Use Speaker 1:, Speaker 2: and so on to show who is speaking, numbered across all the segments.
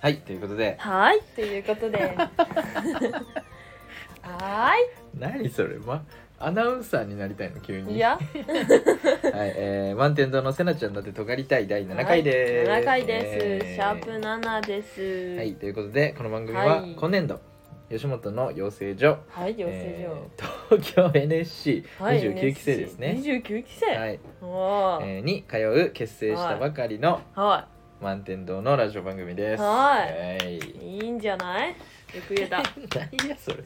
Speaker 1: はいということで
Speaker 2: はいということ では
Speaker 1: 何それまアナウンサーになりたいの急
Speaker 2: ーい
Speaker 1: に
Speaker 2: いや
Speaker 1: はい、えー、満天堂のせなちゃんだってとがりたい第7回です、
Speaker 2: 7回です、
Speaker 1: えー
Speaker 2: シャープ7です
Speaker 1: はいということでこの番組は、
Speaker 2: はい
Speaker 1: 今年度吉本の養成所
Speaker 2: はい養成所、
Speaker 1: えー東京 NSC29
Speaker 2: はい
Speaker 1: 期生ですね、
Speaker 2: 29期生、
Speaker 1: はい
Speaker 2: おー
Speaker 1: えーに通う結成したばかりの
Speaker 2: は
Speaker 1: 満天堂のラジオ番組です
Speaker 2: はい
Speaker 1: は い
Speaker 2: いいいんじゃないよく言えた
Speaker 1: 何やそれ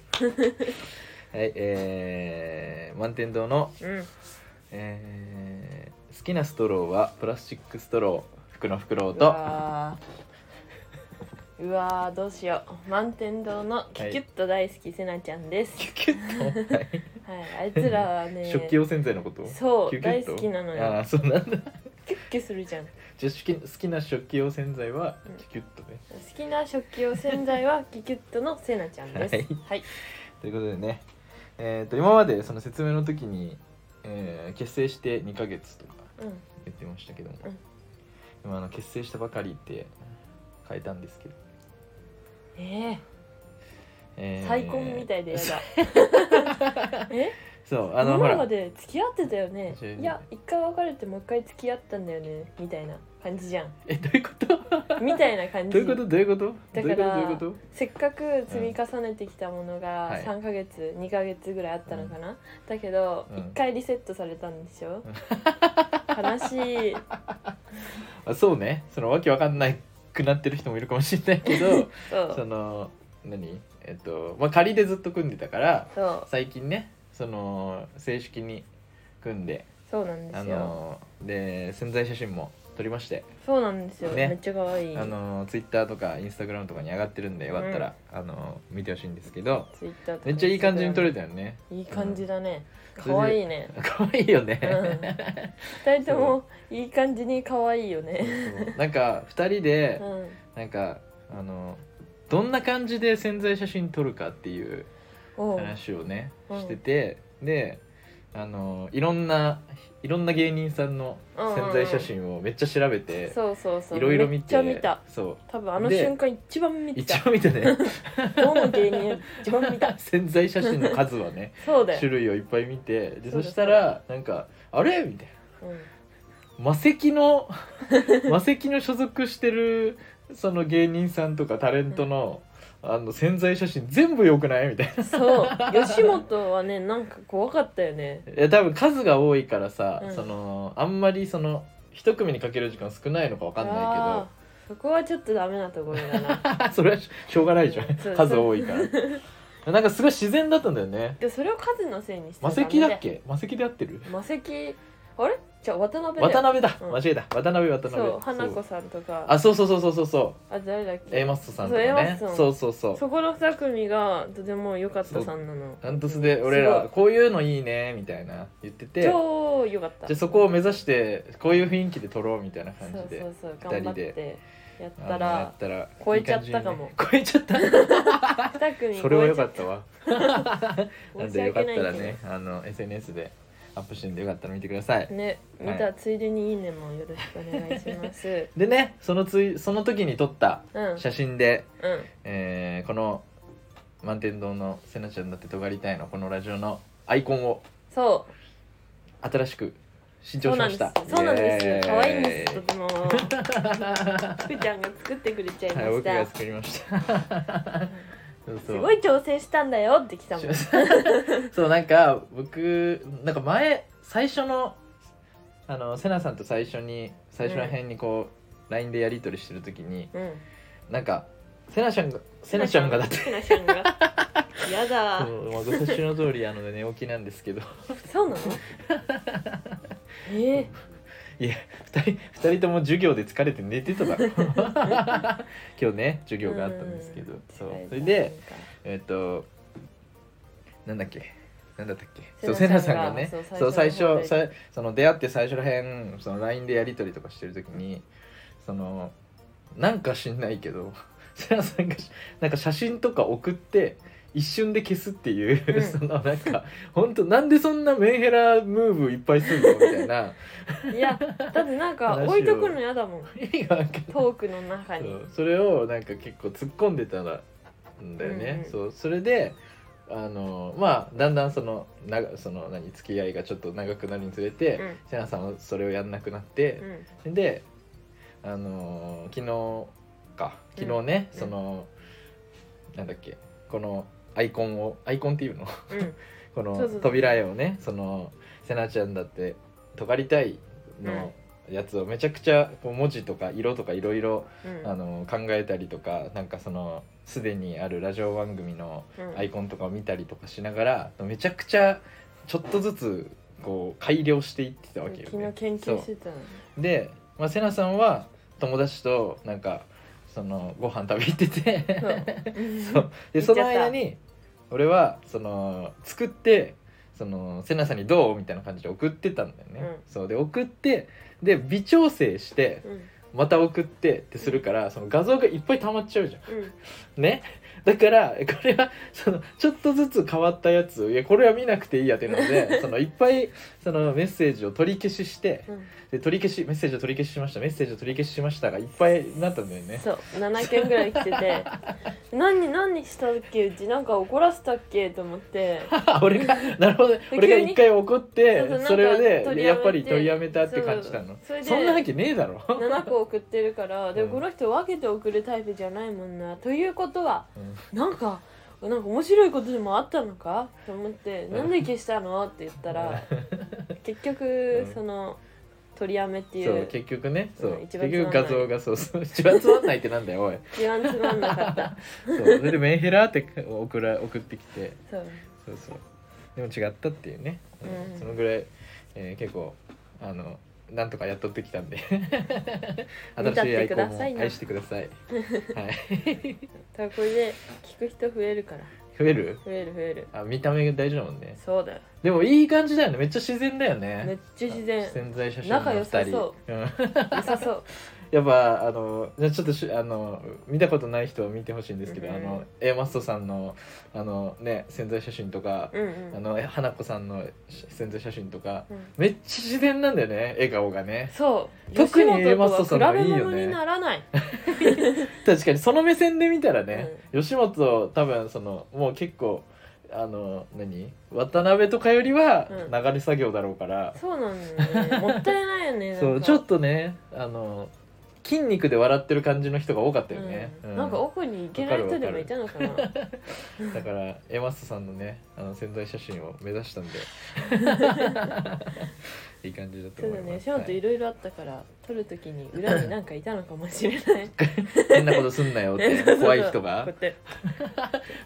Speaker 1: はいえー、満天堂の、
Speaker 2: うん
Speaker 1: えー好きなストローはプラスチックストロー服のフクロウ
Speaker 2: う
Speaker 1: と
Speaker 2: わーうわーどうしよう満天堂のキュキュッと大好きせなちゃんです、
Speaker 1: キュキュッと、はい
Speaker 2: はい、あいつらは ね
Speaker 1: 食器用洗剤のこと
Speaker 2: そ
Speaker 1: キ
Speaker 2: う
Speaker 1: ュキュ
Speaker 2: 大
Speaker 1: ッと
Speaker 2: 好きなの
Speaker 1: あ
Speaker 2: よ
Speaker 1: あそうなんだ
Speaker 2: キュッキュするじゃん好
Speaker 1: じゃあ好き好きな食器用洗剤は
Speaker 2: うん
Speaker 1: キュキュッとね、
Speaker 2: きな食器用洗剤はキュキュッとのせなちゃんです
Speaker 1: はい
Speaker 2: はい
Speaker 1: ということでねえっ、と今までその説明の時に、えー結成して2ヶ月とか
Speaker 2: うん
Speaker 1: 言ってましたけども、
Speaker 2: うん
Speaker 1: 今あの結成したばかりって変えたんですけど、
Speaker 2: え
Speaker 1: え
Speaker 2: え
Speaker 1: ー
Speaker 2: 再婚みたいでやだえ
Speaker 1: そう あの
Speaker 2: 今
Speaker 1: ほら
Speaker 2: まで付き合ってたよね
Speaker 1: 違う違う
Speaker 2: いや一回別れてもう一回付き合ったんだよねみたいな感じじゃん
Speaker 1: えどういうこと ど
Speaker 2: みたいな感
Speaker 1: う
Speaker 2: じ
Speaker 1: いうことどういうこと
Speaker 2: だから
Speaker 1: どういうことどういうこ
Speaker 2: せっかく積み重ねてきたもの
Speaker 1: は
Speaker 2: が
Speaker 1: い
Speaker 2: 3ヶ月、2ヶ月ぐらいあったのかな、だけど、
Speaker 1: うん
Speaker 2: 一回リセットされたんでしょ悲しい
Speaker 1: とあそうねそのわけわかんないくなってる人もいるかもしれないけど
Speaker 2: そうそ
Speaker 1: そうの何えっとまあ仮でずっと組んでたから
Speaker 2: そう
Speaker 1: 最近ねその正式に組んで
Speaker 2: なんで
Speaker 1: あ
Speaker 2: すよ、
Speaker 1: ので宣材写真も撮りまして、
Speaker 2: そうなんですよ、
Speaker 1: ね
Speaker 2: めっちゃ可愛い
Speaker 1: あのツイッターとかインスタグラムとかに上がってるんでよかったら、あの見てほしいんですけど
Speaker 2: ツイッターとか
Speaker 1: めっちゃいい感じに撮れ
Speaker 2: た
Speaker 1: たよね
Speaker 2: いい感じだね、
Speaker 1: うん
Speaker 2: 可愛いね
Speaker 1: 可愛いよね、
Speaker 2: うん二人ともいい感じに可愛いよね
Speaker 1: そうなんか2人で
Speaker 2: うん
Speaker 1: なんかあのどんな感じで宣材写真撮るかっていう
Speaker 2: おう
Speaker 1: 話をね
Speaker 2: うん
Speaker 1: しててであのいろんないろんな芸人さんの宣材写真をめっちゃ調べて
Speaker 2: そうそうそう
Speaker 1: いろいろ見
Speaker 2: めってちゃ見た
Speaker 1: そう
Speaker 2: 多分あの
Speaker 1: で
Speaker 2: 瞬間一番見て
Speaker 1: 一
Speaker 2: た
Speaker 1: 応見てね
Speaker 2: どの芸人より 一番見 た
Speaker 1: 潜在写真の数はね
Speaker 2: そうだ
Speaker 1: 種
Speaker 2: よ、
Speaker 1: 類をいっぱい見てで
Speaker 2: そ
Speaker 1: そう
Speaker 2: だ
Speaker 1: したらなんか「あれ?」みたい
Speaker 2: うん
Speaker 1: な魔石 の魔石の所属してるその芸人さんとかタレントのあの潜在写真全部良くないみたいな
Speaker 2: そう吉本はねなんか怖かったよね
Speaker 1: いや多分数が多いからさ、
Speaker 2: うん
Speaker 1: そのあんまりその一組にかける時間少ないのかわかんない
Speaker 2: あーそこはちょっとダメなところだ な
Speaker 1: けどそれはししょうがないじゃ
Speaker 2: うんんそう
Speaker 1: 数多い からなんかすごい自然だったんだよね
Speaker 2: でそれを数のせいにして
Speaker 1: 魔石だっけ魔石で合ってる
Speaker 2: 魔石あれじゃあ渡辺だよ
Speaker 1: 渡辺だ、
Speaker 2: うん
Speaker 1: 間違えた渡辺渡辺
Speaker 2: そう花
Speaker 1: そ
Speaker 2: 子
Speaker 1: う
Speaker 2: さんとか
Speaker 1: あそうそうそうそうそうそう
Speaker 2: あ誰だっけ
Speaker 1: A マッソさんとか
Speaker 2: そう A マッ
Speaker 1: ね
Speaker 2: ソ
Speaker 1: そうそうそう
Speaker 2: そこの2組がとても良かったさんなの
Speaker 1: ダントツで俺らこういうのいいねみたいな言ってて
Speaker 2: すごい超良かった
Speaker 1: じゃあそこを目指してこういう雰囲気で撮ろうみたいな
Speaker 2: そ
Speaker 1: 感
Speaker 2: う
Speaker 1: じで
Speaker 2: そうそう
Speaker 1: 二
Speaker 2: 頑張
Speaker 1: 人
Speaker 2: っ
Speaker 1: で
Speaker 2: てやっ
Speaker 1: あの
Speaker 2: た
Speaker 1: や
Speaker 2: ら
Speaker 1: ったら
Speaker 2: 超えちゃったかも
Speaker 1: いい感じにね超えちゃった
Speaker 2: 2組
Speaker 1: それは良
Speaker 2: 超
Speaker 1: か
Speaker 2: え
Speaker 1: ったわ。
Speaker 2: ちゃ
Speaker 1: なん
Speaker 2: 申し
Speaker 1: でよか
Speaker 2: 訳
Speaker 1: っ
Speaker 2: ない
Speaker 1: た
Speaker 2: けど
Speaker 1: らね、あの SNS でアップしてるんでよかったら見てください。
Speaker 2: ね見たついでに「いいね」もよろしくお願いし ます、
Speaker 1: でね、そのついその時に撮った
Speaker 2: うん
Speaker 1: 写真で、
Speaker 2: うん
Speaker 1: えーこの満天堂のせなちゃんだってとがりたいのこのラジオのアイコンを
Speaker 2: そう
Speaker 1: 新しく新
Speaker 2: そ
Speaker 1: 調
Speaker 2: う
Speaker 1: し
Speaker 2: な
Speaker 1: ま
Speaker 2: んで
Speaker 1: し
Speaker 2: す
Speaker 1: た。
Speaker 2: そうなんです
Speaker 1: イ
Speaker 2: よ
Speaker 1: エーイ
Speaker 2: 可愛いんですとて も
Speaker 1: は
Speaker 2: 福ちゃんが作ってくれちゃいま
Speaker 1: い、
Speaker 2: し
Speaker 1: 僕
Speaker 2: た、
Speaker 1: が作りま した。そう
Speaker 2: す
Speaker 1: そう
Speaker 2: ごい挑戦したんだよって来たもん
Speaker 1: そうなん か僕なんか前最初のあのセナさんと最初に最初の辺にこう、LINE でやり取りしてる時に
Speaker 2: うん
Speaker 1: なんかセナちゃんがセナちゃんがだって
Speaker 2: せなちゃんがや
Speaker 1: そ
Speaker 2: だ
Speaker 1: うまあご察しの通りあの 寝起きなんですけど
Speaker 2: そうなのえ
Speaker 1: いや2人二人とも授業で疲れて寝てた だろ 今日ね授
Speaker 2: ー、
Speaker 1: 業があったんですけど
Speaker 2: うん
Speaker 1: そう
Speaker 2: 疲れた
Speaker 1: それで
Speaker 2: なんか
Speaker 1: えっ、となんだっけなんだったっけそ
Speaker 2: セ
Speaker 1: う
Speaker 2: ナ
Speaker 1: セナ
Speaker 2: さ
Speaker 1: さ
Speaker 2: ん
Speaker 1: ん
Speaker 2: が
Speaker 1: がね
Speaker 2: そう
Speaker 1: そう最
Speaker 2: 最初の方
Speaker 1: 初
Speaker 2: で
Speaker 1: さその出会って最初らへんその LINE でやり取りとかしてる時にその なんか知んないけどセナさんがしなんか写真とか送って一瞬で消すっていう、
Speaker 2: うん
Speaker 1: そのなんか本当なんでそんなメンヘラムーブいっぱいするのみたい な
Speaker 2: いやだってなんか
Speaker 1: 話を
Speaker 2: 置いとくの嫌だもん
Speaker 1: 意味がわかんない
Speaker 2: トークの中
Speaker 1: そ
Speaker 2: に
Speaker 1: うそれをなんか結構突っ込んでたんだよね、
Speaker 2: うんうん
Speaker 1: そうそれであのまあだんだんそのながその何付き合いがちょっと長くなるにつれて、
Speaker 2: うん
Speaker 1: セナさんはそれをやんなくなって
Speaker 2: う、ん
Speaker 1: であのー昨日か昨日ね、
Speaker 2: うん
Speaker 1: そのなんだっけこのアイコンをアイコンっていうの
Speaker 2: うん
Speaker 1: この
Speaker 2: そうそうそう
Speaker 1: 扉絵をねそのセナちゃんだってとがりたいのやつをめちゃくちゃこう文字とか色とかいろいろ
Speaker 2: うん
Speaker 1: あの考えたりとかなんかそのすでにあるラジオ番組の
Speaker 2: うん
Speaker 1: アイコンとかを見たりとかしながらめちゃくちゃちょっとずつこう改良していってたわけよ、
Speaker 2: 昨
Speaker 1: ね
Speaker 2: 日。研究してたの
Speaker 1: で、まあ、セナさんは友達となんかそのご飯食べ行ってて
Speaker 2: そ
Speaker 1: そううで
Speaker 2: 行っちゃ
Speaker 1: そ
Speaker 2: った
Speaker 1: の間に俺はその作ってそのセナさんに「どう?」みたいな感じで送ってたんだよね。
Speaker 2: うん
Speaker 1: そうで送ってで微調整して
Speaker 2: うん
Speaker 1: また送ってってするからその画像がいっぱい溜まっちゃうじゃん。
Speaker 2: うん
Speaker 1: ねだからこれはそのちょっとずつ変わったやついやこれは見なくていいやっていうの でそのいっぱいそのメッセージを取り消しして
Speaker 2: うん
Speaker 1: で取り消しメッセージを取り消ししましたメッセージを取り消ししましたがいっぱいになったんだよ ね。
Speaker 2: そう7件ぐらい来てて何何したっけうちなんか怒らせたっけと思って
Speaker 1: 俺がなるほどね
Speaker 2: 急に
Speaker 1: 俺が一回怒って
Speaker 2: そうそう
Speaker 1: それ
Speaker 2: なんか取
Speaker 1: で
Speaker 2: りや
Speaker 1: や
Speaker 2: めて
Speaker 1: っぱり取りやめたって感じたの
Speaker 2: そうそれで
Speaker 1: そんなわけねえだろ。
Speaker 2: 7個送ってるからで
Speaker 1: うん
Speaker 2: もこの人分けて送るタイプじゃないもんなということは
Speaker 1: うん
Speaker 2: なんかなんか面白いことでもあったのかと思って「
Speaker 1: うん
Speaker 2: なんで消したの?」って言っ たら結局
Speaker 1: うん
Speaker 2: その取りやめってい
Speaker 1: そう
Speaker 2: う
Speaker 1: 結局ねそう、
Speaker 2: うん
Speaker 1: 結
Speaker 2: 一番
Speaker 1: 局
Speaker 2: つまんない
Speaker 1: 画像がそうそう一番つまんないってなんだよおい
Speaker 2: 一番つまんなかった
Speaker 1: そうそれでメンヘラって送ら送ってきて
Speaker 2: そう
Speaker 1: そうそうでも違ったっていうね、うん
Speaker 2: うん
Speaker 1: そのぐらい、えー結構あのなんとかやっとってきたん で新しいアイコンも愛してくださいはい
Speaker 2: ただこれで聞く人増えるから
Speaker 1: 増える
Speaker 2: 増える増える
Speaker 1: あ見た目が大事だもんね
Speaker 2: そうだよ
Speaker 1: でもいい感じだよねめっちゃ自然だよ
Speaker 2: めっ
Speaker 1: ね
Speaker 2: ちゃ自然
Speaker 1: 潜在写真
Speaker 2: 仲良さそ
Speaker 1: うん、
Speaker 2: 良さそう
Speaker 1: やっぱあのじゃあちょっとしあの見たことない人は見てほしいんですけど、
Speaker 2: うん
Speaker 1: あの A マストさんのあのね潜在写真とか、
Speaker 2: うんう
Speaker 1: あ
Speaker 2: ん
Speaker 1: の花子さんの潜在写真とか、
Speaker 2: うん
Speaker 1: めっちゃ自然なんだよね笑顔がね
Speaker 2: そう
Speaker 1: 特に
Speaker 2: 吉
Speaker 1: A マ
Speaker 2: 本
Speaker 1: ストさ
Speaker 2: と
Speaker 1: んの
Speaker 2: は
Speaker 1: 方が
Speaker 2: 比
Speaker 1: いいよ
Speaker 2: べ
Speaker 1: ね
Speaker 2: 物にならない
Speaker 1: 確かにその目線で見たらね、吉本多分そのもう結構あの何渡辺とかよりは
Speaker 2: うん
Speaker 1: 流れ作業だろうから、
Speaker 2: そうなんだよねもったいないよね
Speaker 1: そうちょっ
Speaker 2: と
Speaker 1: とねあの筋肉で笑ってる感じの人が多かったよね、うん
Speaker 2: なんか奥に行けない人でもいたのかな
Speaker 1: だからエマストさんのねあの潜在写真を目指したん でいい感じだと
Speaker 2: そう
Speaker 1: 思
Speaker 2: だ
Speaker 1: い
Speaker 2: ね
Speaker 1: ます
Speaker 2: 吉本いろいろあったから撮るときに裏になんかいたのかもしれない
Speaker 1: はい変な ことすんなよっ
Speaker 2: そうそう
Speaker 1: て
Speaker 2: そう
Speaker 1: 怖い人が
Speaker 2: こうやって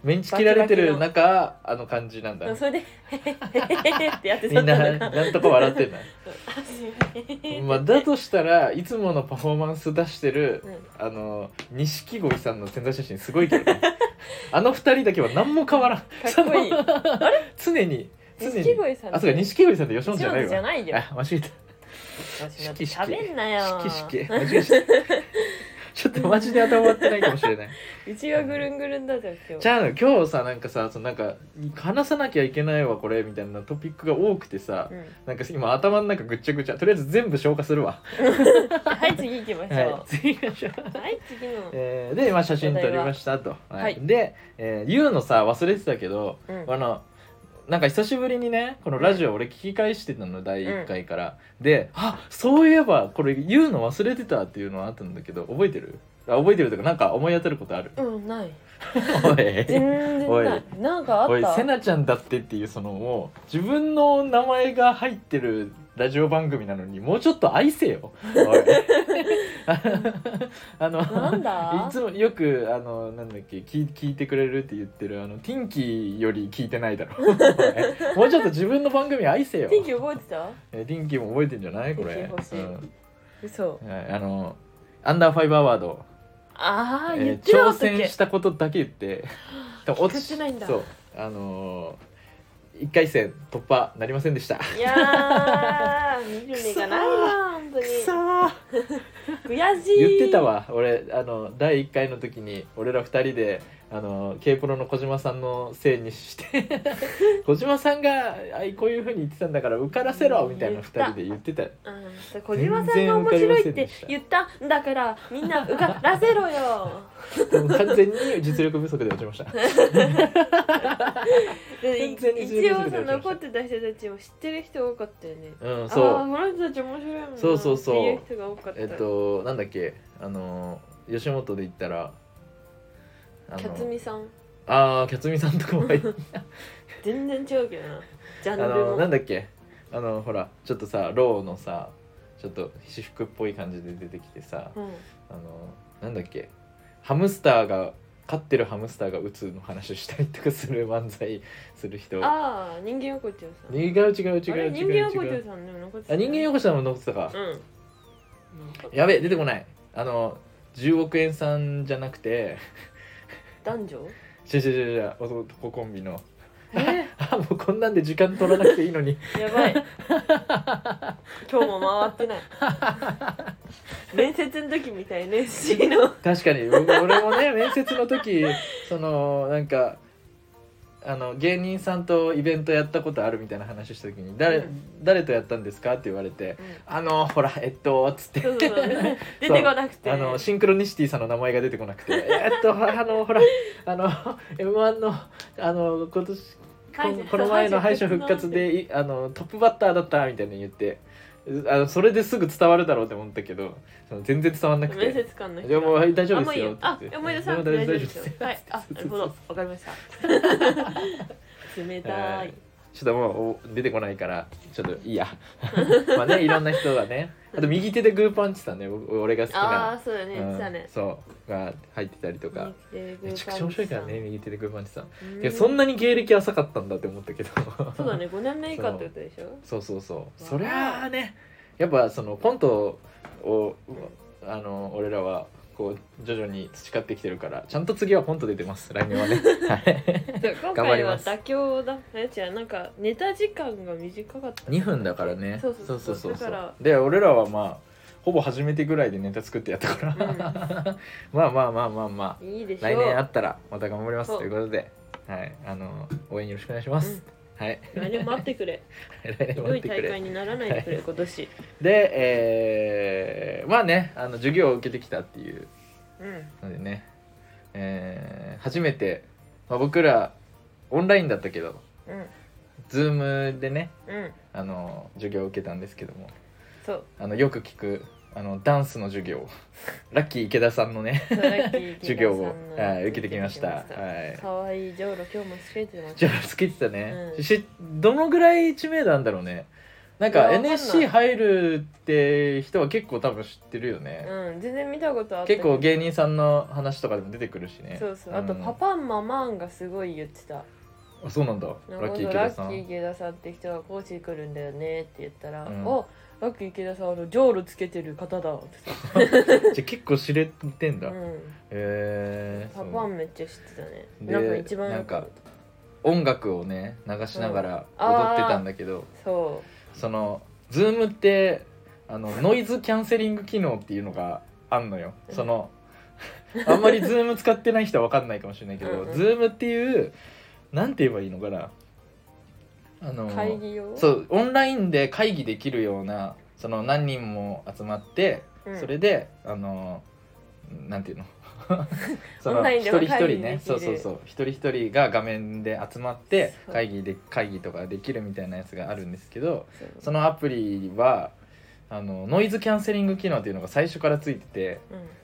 Speaker 1: メンチ切られてる中あの感じなんだ
Speaker 2: それで「へへへへ」ってやって
Speaker 1: み
Speaker 2: 撮
Speaker 1: ん
Speaker 2: った
Speaker 1: な
Speaker 2: のか
Speaker 1: なんとか笑 ってんだ、
Speaker 2: あすいません
Speaker 1: まあ、だとしたらいつものパフォーマンス出してる
Speaker 2: うん
Speaker 1: あの錦鯉さんの潜在写真すごいけど ねあの二人だけは何も変わらんか
Speaker 2: っこいい
Speaker 1: 常に常に
Speaker 2: 錦鯉さん
Speaker 1: あそうか錦鯉さんって吉本じ
Speaker 2: 吉
Speaker 1: ゃない
Speaker 2: 本
Speaker 1: わ
Speaker 2: じゃないよ
Speaker 1: あ間違えた
Speaker 2: 吉本
Speaker 1: 式式
Speaker 2: 喋んなよ
Speaker 1: しきしき間違えた ちょっとマジで頭回ってないかもしれないう
Speaker 2: ちがぐるんぐるんだぞ今
Speaker 1: じ
Speaker 2: 日
Speaker 1: ゃあ今日さなんかさそのなんか話さなきゃいけないわこれみたいなトピックが多くてさ、
Speaker 2: うん
Speaker 1: なんか今頭の中ぐっちゃぐちゃとりあえず全部消化するわ
Speaker 2: はい次行きまし
Speaker 1: は
Speaker 2: ょ
Speaker 1: い次行きましょう
Speaker 2: うはい次の
Speaker 1: えーで、まあ、写真撮りましたと、はい
Speaker 2: はい
Speaker 1: で、えー、言うのさ忘れてたけど、
Speaker 2: うん
Speaker 1: あのなんか久しぶりにねこのラジオ俺聞き返してたの第1回から、であそういえばこれ言うの忘れてたっていうのはあったんだけど覚えてるあ覚えてるとかなんか思い当たることある
Speaker 2: うんない
Speaker 1: おい
Speaker 2: 全然ないなんかあ
Speaker 1: お
Speaker 2: っ
Speaker 1: い
Speaker 2: た
Speaker 1: せなちゃんだってっていうそのもう自分の名前が入ってるラジオ番組なのにもうちょっと愛せよお いあの
Speaker 2: なんだ
Speaker 1: いつもよくあのなんだっけ聞い聞いてくれるって言ってるあのティンキーより聞いてないだろおい もうちょっと自分の番組愛せよ
Speaker 2: 天気覚えてた
Speaker 1: えティンキーも覚えてんじゃないこ
Speaker 2: ティン
Speaker 1: れ
Speaker 2: キー欲しい
Speaker 1: うん
Speaker 2: 嘘
Speaker 1: はい、あのアンダーファイブアワード、
Speaker 2: ああ
Speaker 1: え
Speaker 2: 言っ
Speaker 1: ー
Speaker 2: て
Speaker 1: 挑
Speaker 2: なかったっ
Speaker 1: 戦
Speaker 2: け
Speaker 1: したことだけ言 ってでも落ち
Speaker 2: 聞かせないんだ
Speaker 1: そうあのー、1回戦突破なりませんでしたく
Speaker 2: いやー見る目がないな本当に
Speaker 1: そー
Speaker 2: 悔しい
Speaker 1: 言ってたわ俺あの第1回の時に俺ら2人であの K プロの小島さんのせいにして 小島さんがあいこういうふうに言ってたんだから受からせろみたいな2人で言ってたよ
Speaker 2: うん、小島さんが面白いって言ったんだからみんな受からせろ よ
Speaker 1: でも完全に実力不足で落ち ました
Speaker 2: で
Speaker 1: 全然理
Speaker 2: 一
Speaker 1: 由
Speaker 2: 応
Speaker 1: 不足で落ちま
Speaker 2: さ
Speaker 1: した
Speaker 2: 残ってた人たちを知ってる人多かったよね
Speaker 1: うん
Speaker 2: ああ
Speaker 1: そ
Speaker 2: ー
Speaker 1: う
Speaker 2: この人たち面白いもんな
Speaker 1: そうそうそう
Speaker 2: っていう人が多かった
Speaker 1: えっとなんだっけあの吉本で言ったらあの
Speaker 2: キャツミさん
Speaker 1: あーキャツミさんとかも入って
Speaker 2: 全然違うけどなジャ ン
Speaker 1: あ
Speaker 2: ル
Speaker 1: の
Speaker 2: も
Speaker 1: なんだっけあのほらちょっとさローのさちょっと私服っぽい感じで出てきてさ
Speaker 2: うん
Speaker 1: あのなんだっけハムスターが飼ってるハムスターがうつの話をしたりとかする漫才する人
Speaker 2: ああ人間横丁さん
Speaker 1: 違う違う違う
Speaker 2: あ
Speaker 1: 違
Speaker 2: れ
Speaker 1: う
Speaker 2: 人間
Speaker 1: 違
Speaker 2: 横
Speaker 1: う
Speaker 2: 丁さんでも残ってた
Speaker 1: あ人間横丁さんも残ってたか、
Speaker 2: うん
Speaker 1: やべえ出てこないあの10億円さんじゃなくて
Speaker 2: 男女
Speaker 1: 違う違う違う違う男コンビの
Speaker 2: え
Speaker 1: あもうこんなんで時間取らなくていいのに
Speaker 2: やばい今日も回ってない面接の時みたい NSC の
Speaker 1: 確かに僕俺もね面接の時そのなんかあの芸人さんとイベントやったことあるみたいな話した時に「誰,、
Speaker 2: う
Speaker 1: 誰とやったんですか?」って言われて「あのほらえっと」つって
Speaker 2: そうそうそう 出てこなくて
Speaker 1: あのシンクロニシティさんの名前が出てこなくて「 えっとあのほらあの m 1のあの今年こ
Speaker 2: 敗者
Speaker 1: のこの前の敗者復活でいあのトップバッターだったみたいに言ってうあのそれですぐ伝わるだろうって思ったけどその全然伝わんなく
Speaker 2: 面
Speaker 1: て
Speaker 2: 接官の
Speaker 1: 「
Speaker 2: 人
Speaker 1: でも大丈
Speaker 2: あ
Speaker 1: 夫で
Speaker 2: もう
Speaker 1: す
Speaker 2: いい
Speaker 1: よ
Speaker 2: よ」あ
Speaker 1: って言って
Speaker 2: 思い出さん
Speaker 1: でも大
Speaker 2: 大丈
Speaker 1: 丈夫
Speaker 2: 夫で
Speaker 1: ですす
Speaker 2: よ
Speaker 1: よ
Speaker 2: はい あなるほどわかりました冷たい
Speaker 1: ちょっともうお出てこないからちょっといいや まあねいろんな人がねあと右手でグーパンチさんね僕俺が好き
Speaker 2: ああ
Speaker 1: な、
Speaker 2: そうだね
Speaker 1: うん
Speaker 2: 実はね
Speaker 1: そうが入ってたりとかめちゃくちゃ面白いからね右手でグーパンチさん、
Speaker 2: う
Speaker 1: いやそんなに芸歴浅かったんだって思ったけど
Speaker 2: そうだね5年目以下ってことでしょ
Speaker 1: そうそうそうそりゃあねやっぱそのコントをあの俺らはこう徐々に培ってきてるからちゃんと次はコント出てます来年はね はい
Speaker 2: そう
Speaker 1: 頑張
Speaker 2: 今回
Speaker 1: り
Speaker 2: は
Speaker 1: ます
Speaker 2: 妥協だやつやなんかネタ時間が短かった
Speaker 1: 2分だからね
Speaker 2: そうそうそう
Speaker 1: そう
Speaker 2: だから
Speaker 1: で俺らはまあほぼ初めてぐらいでネタ作ってやったから、
Speaker 2: うん
Speaker 1: まあまあまあまあまあ
Speaker 2: いいでしょう
Speaker 1: 来年あったらまた頑張ります
Speaker 2: そう
Speaker 1: ということで、はい、あの応援よろしくお願いします、はい
Speaker 2: うん 来年待ってくれ
Speaker 1: 来年も
Speaker 2: 良
Speaker 1: 待
Speaker 2: い
Speaker 1: って
Speaker 2: 大
Speaker 1: くれ
Speaker 2: 会にならないでくれ今年
Speaker 1: で、えーまあねあの授業を受けてきたっていう
Speaker 2: うん
Speaker 1: のでね、えー初めて、まあ、僕らオンラインだったけど
Speaker 2: うん
Speaker 1: Zoom でね
Speaker 2: うん
Speaker 1: あの授業を受けたんですけども
Speaker 2: そう
Speaker 1: あのよく聞くあのダンスの授業 ラッキー池田さんの ね
Speaker 2: そうラッキー
Speaker 1: 授業
Speaker 2: 池
Speaker 1: を
Speaker 2: 田さんの
Speaker 1: はい受けてきました
Speaker 2: 受けてきま
Speaker 1: はい
Speaker 2: かわいいジョウロ今日もつけてま
Speaker 1: じ
Speaker 2: し
Speaker 1: ゃあつけてたね、
Speaker 2: うん
Speaker 1: しどのぐらい知名度なんだろうねなんか
Speaker 2: いやわかんない
Speaker 1: NSC 入るって人は結構多分知ってるよ
Speaker 2: た
Speaker 1: ね、
Speaker 2: うん全然見たことあったけ
Speaker 1: 結
Speaker 2: ど
Speaker 1: 構芸人さんの話とかでも出てくるしね
Speaker 2: そうそうあと
Speaker 1: ん
Speaker 2: パパンママンがすごい言ってた
Speaker 1: あそうなんだ
Speaker 2: なん
Speaker 1: ラ
Speaker 2: か
Speaker 1: ッ
Speaker 2: 今
Speaker 1: キー池
Speaker 2: 度
Speaker 1: 田
Speaker 2: ラ
Speaker 1: さ
Speaker 2: ッキー
Speaker 1: ん
Speaker 2: 池田さんって人がコーチ来るんだよねって言ったら「
Speaker 1: うん
Speaker 2: おラッキー池田さんあのジョウロつけてる方だ」ってさ
Speaker 1: じゃあ結構知れてんだ、へ
Speaker 2: うん
Speaker 1: え
Speaker 2: パパンめっちゃ知ってたね
Speaker 1: で
Speaker 2: なんか一番
Speaker 1: なんか音楽をね流しながら踊ってたんだけど、
Speaker 2: そ
Speaker 1: その Zoom ってあのノイズキャンセリング機能っていうのがあんのよ
Speaker 2: うん
Speaker 1: そのあんまり Zoom 使ってない人は分かんないかもしれないけど
Speaker 2: うんうん
Speaker 1: Zoom っていうなんて言えばいいのかなあの
Speaker 2: う会議用
Speaker 1: そうオンラインで会議できるようなその何人も集まって、
Speaker 2: うん
Speaker 1: それであのなん ていうのそ
Speaker 2: オン
Speaker 1: の
Speaker 2: ライン
Speaker 1: 一人
Speaker 2: で
Speaker 1: 一
Speaker 2: も会議
Speaker 1: 人
Speaker 2: で
Speaker 1: ね
Speaker 2: きる
Speaker 1: そうそうそう一人一人が画面で集まって
Speaker 2: そう
Speaker 1: 会議で会議とかできるみたいなやつがあるんですけど
Speaker 2: そう
Speaker 1: そのアプリはあのノイズキャンセリング機能っていうのが最初からついてて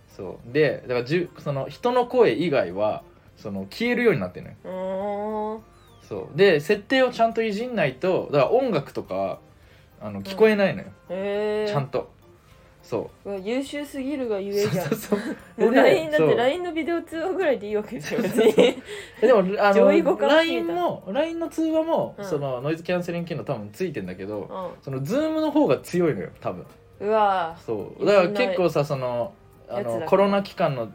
Speaker 1: そうでだからじゅその人の声以外はその消えるようになってるのよ
Speaker 2: うんうーん
Speaker 1: そうで設定をちゃんといじんないとだから音楽とかあの聞こえないのよ、
Speaker 2: へえ
Speaker 1: ちゃんとそう
Speaker 2: わ優秀すぎるが
Speaker 1: う
Speaker 2: ゆえ
Speaker 1: そう
Speaker 2: じゃん
Speaker 1: そうそう
Speaker 2: もう LINE だっ
Speaker 1: そ
Speaker 2: て
Speaker 1: う
Speaker 2: LINE のビデオ通話ぐらいでいいわけでしょ別に
Speaker 1: でもあ
Speaker 2: 上位互
Speaker 1: の
Speaker 2: 換してい
Speaker 1: LINE
Speaker 2: た
Speaker 1: も LINE の通話も、
Speaker 2: うん
Speaker 1: そのノイズキャンセリング機能多分ついてんだけど、
Speaker 2: うん
Speaker 1: その Zoom の方が強いのよ多分
Speaker 2: うわ
Speaker 1: そう
Speaker 2: よく
Speaker 1: だ
Speaker 2: な
Speaker 1: から
Speaker 2: い
Speaker 1: 結構さそのあ
Speaker 2: やつだか
Speaker 1: の
Speaker 2: ら
Speaker 1: コロナ期間の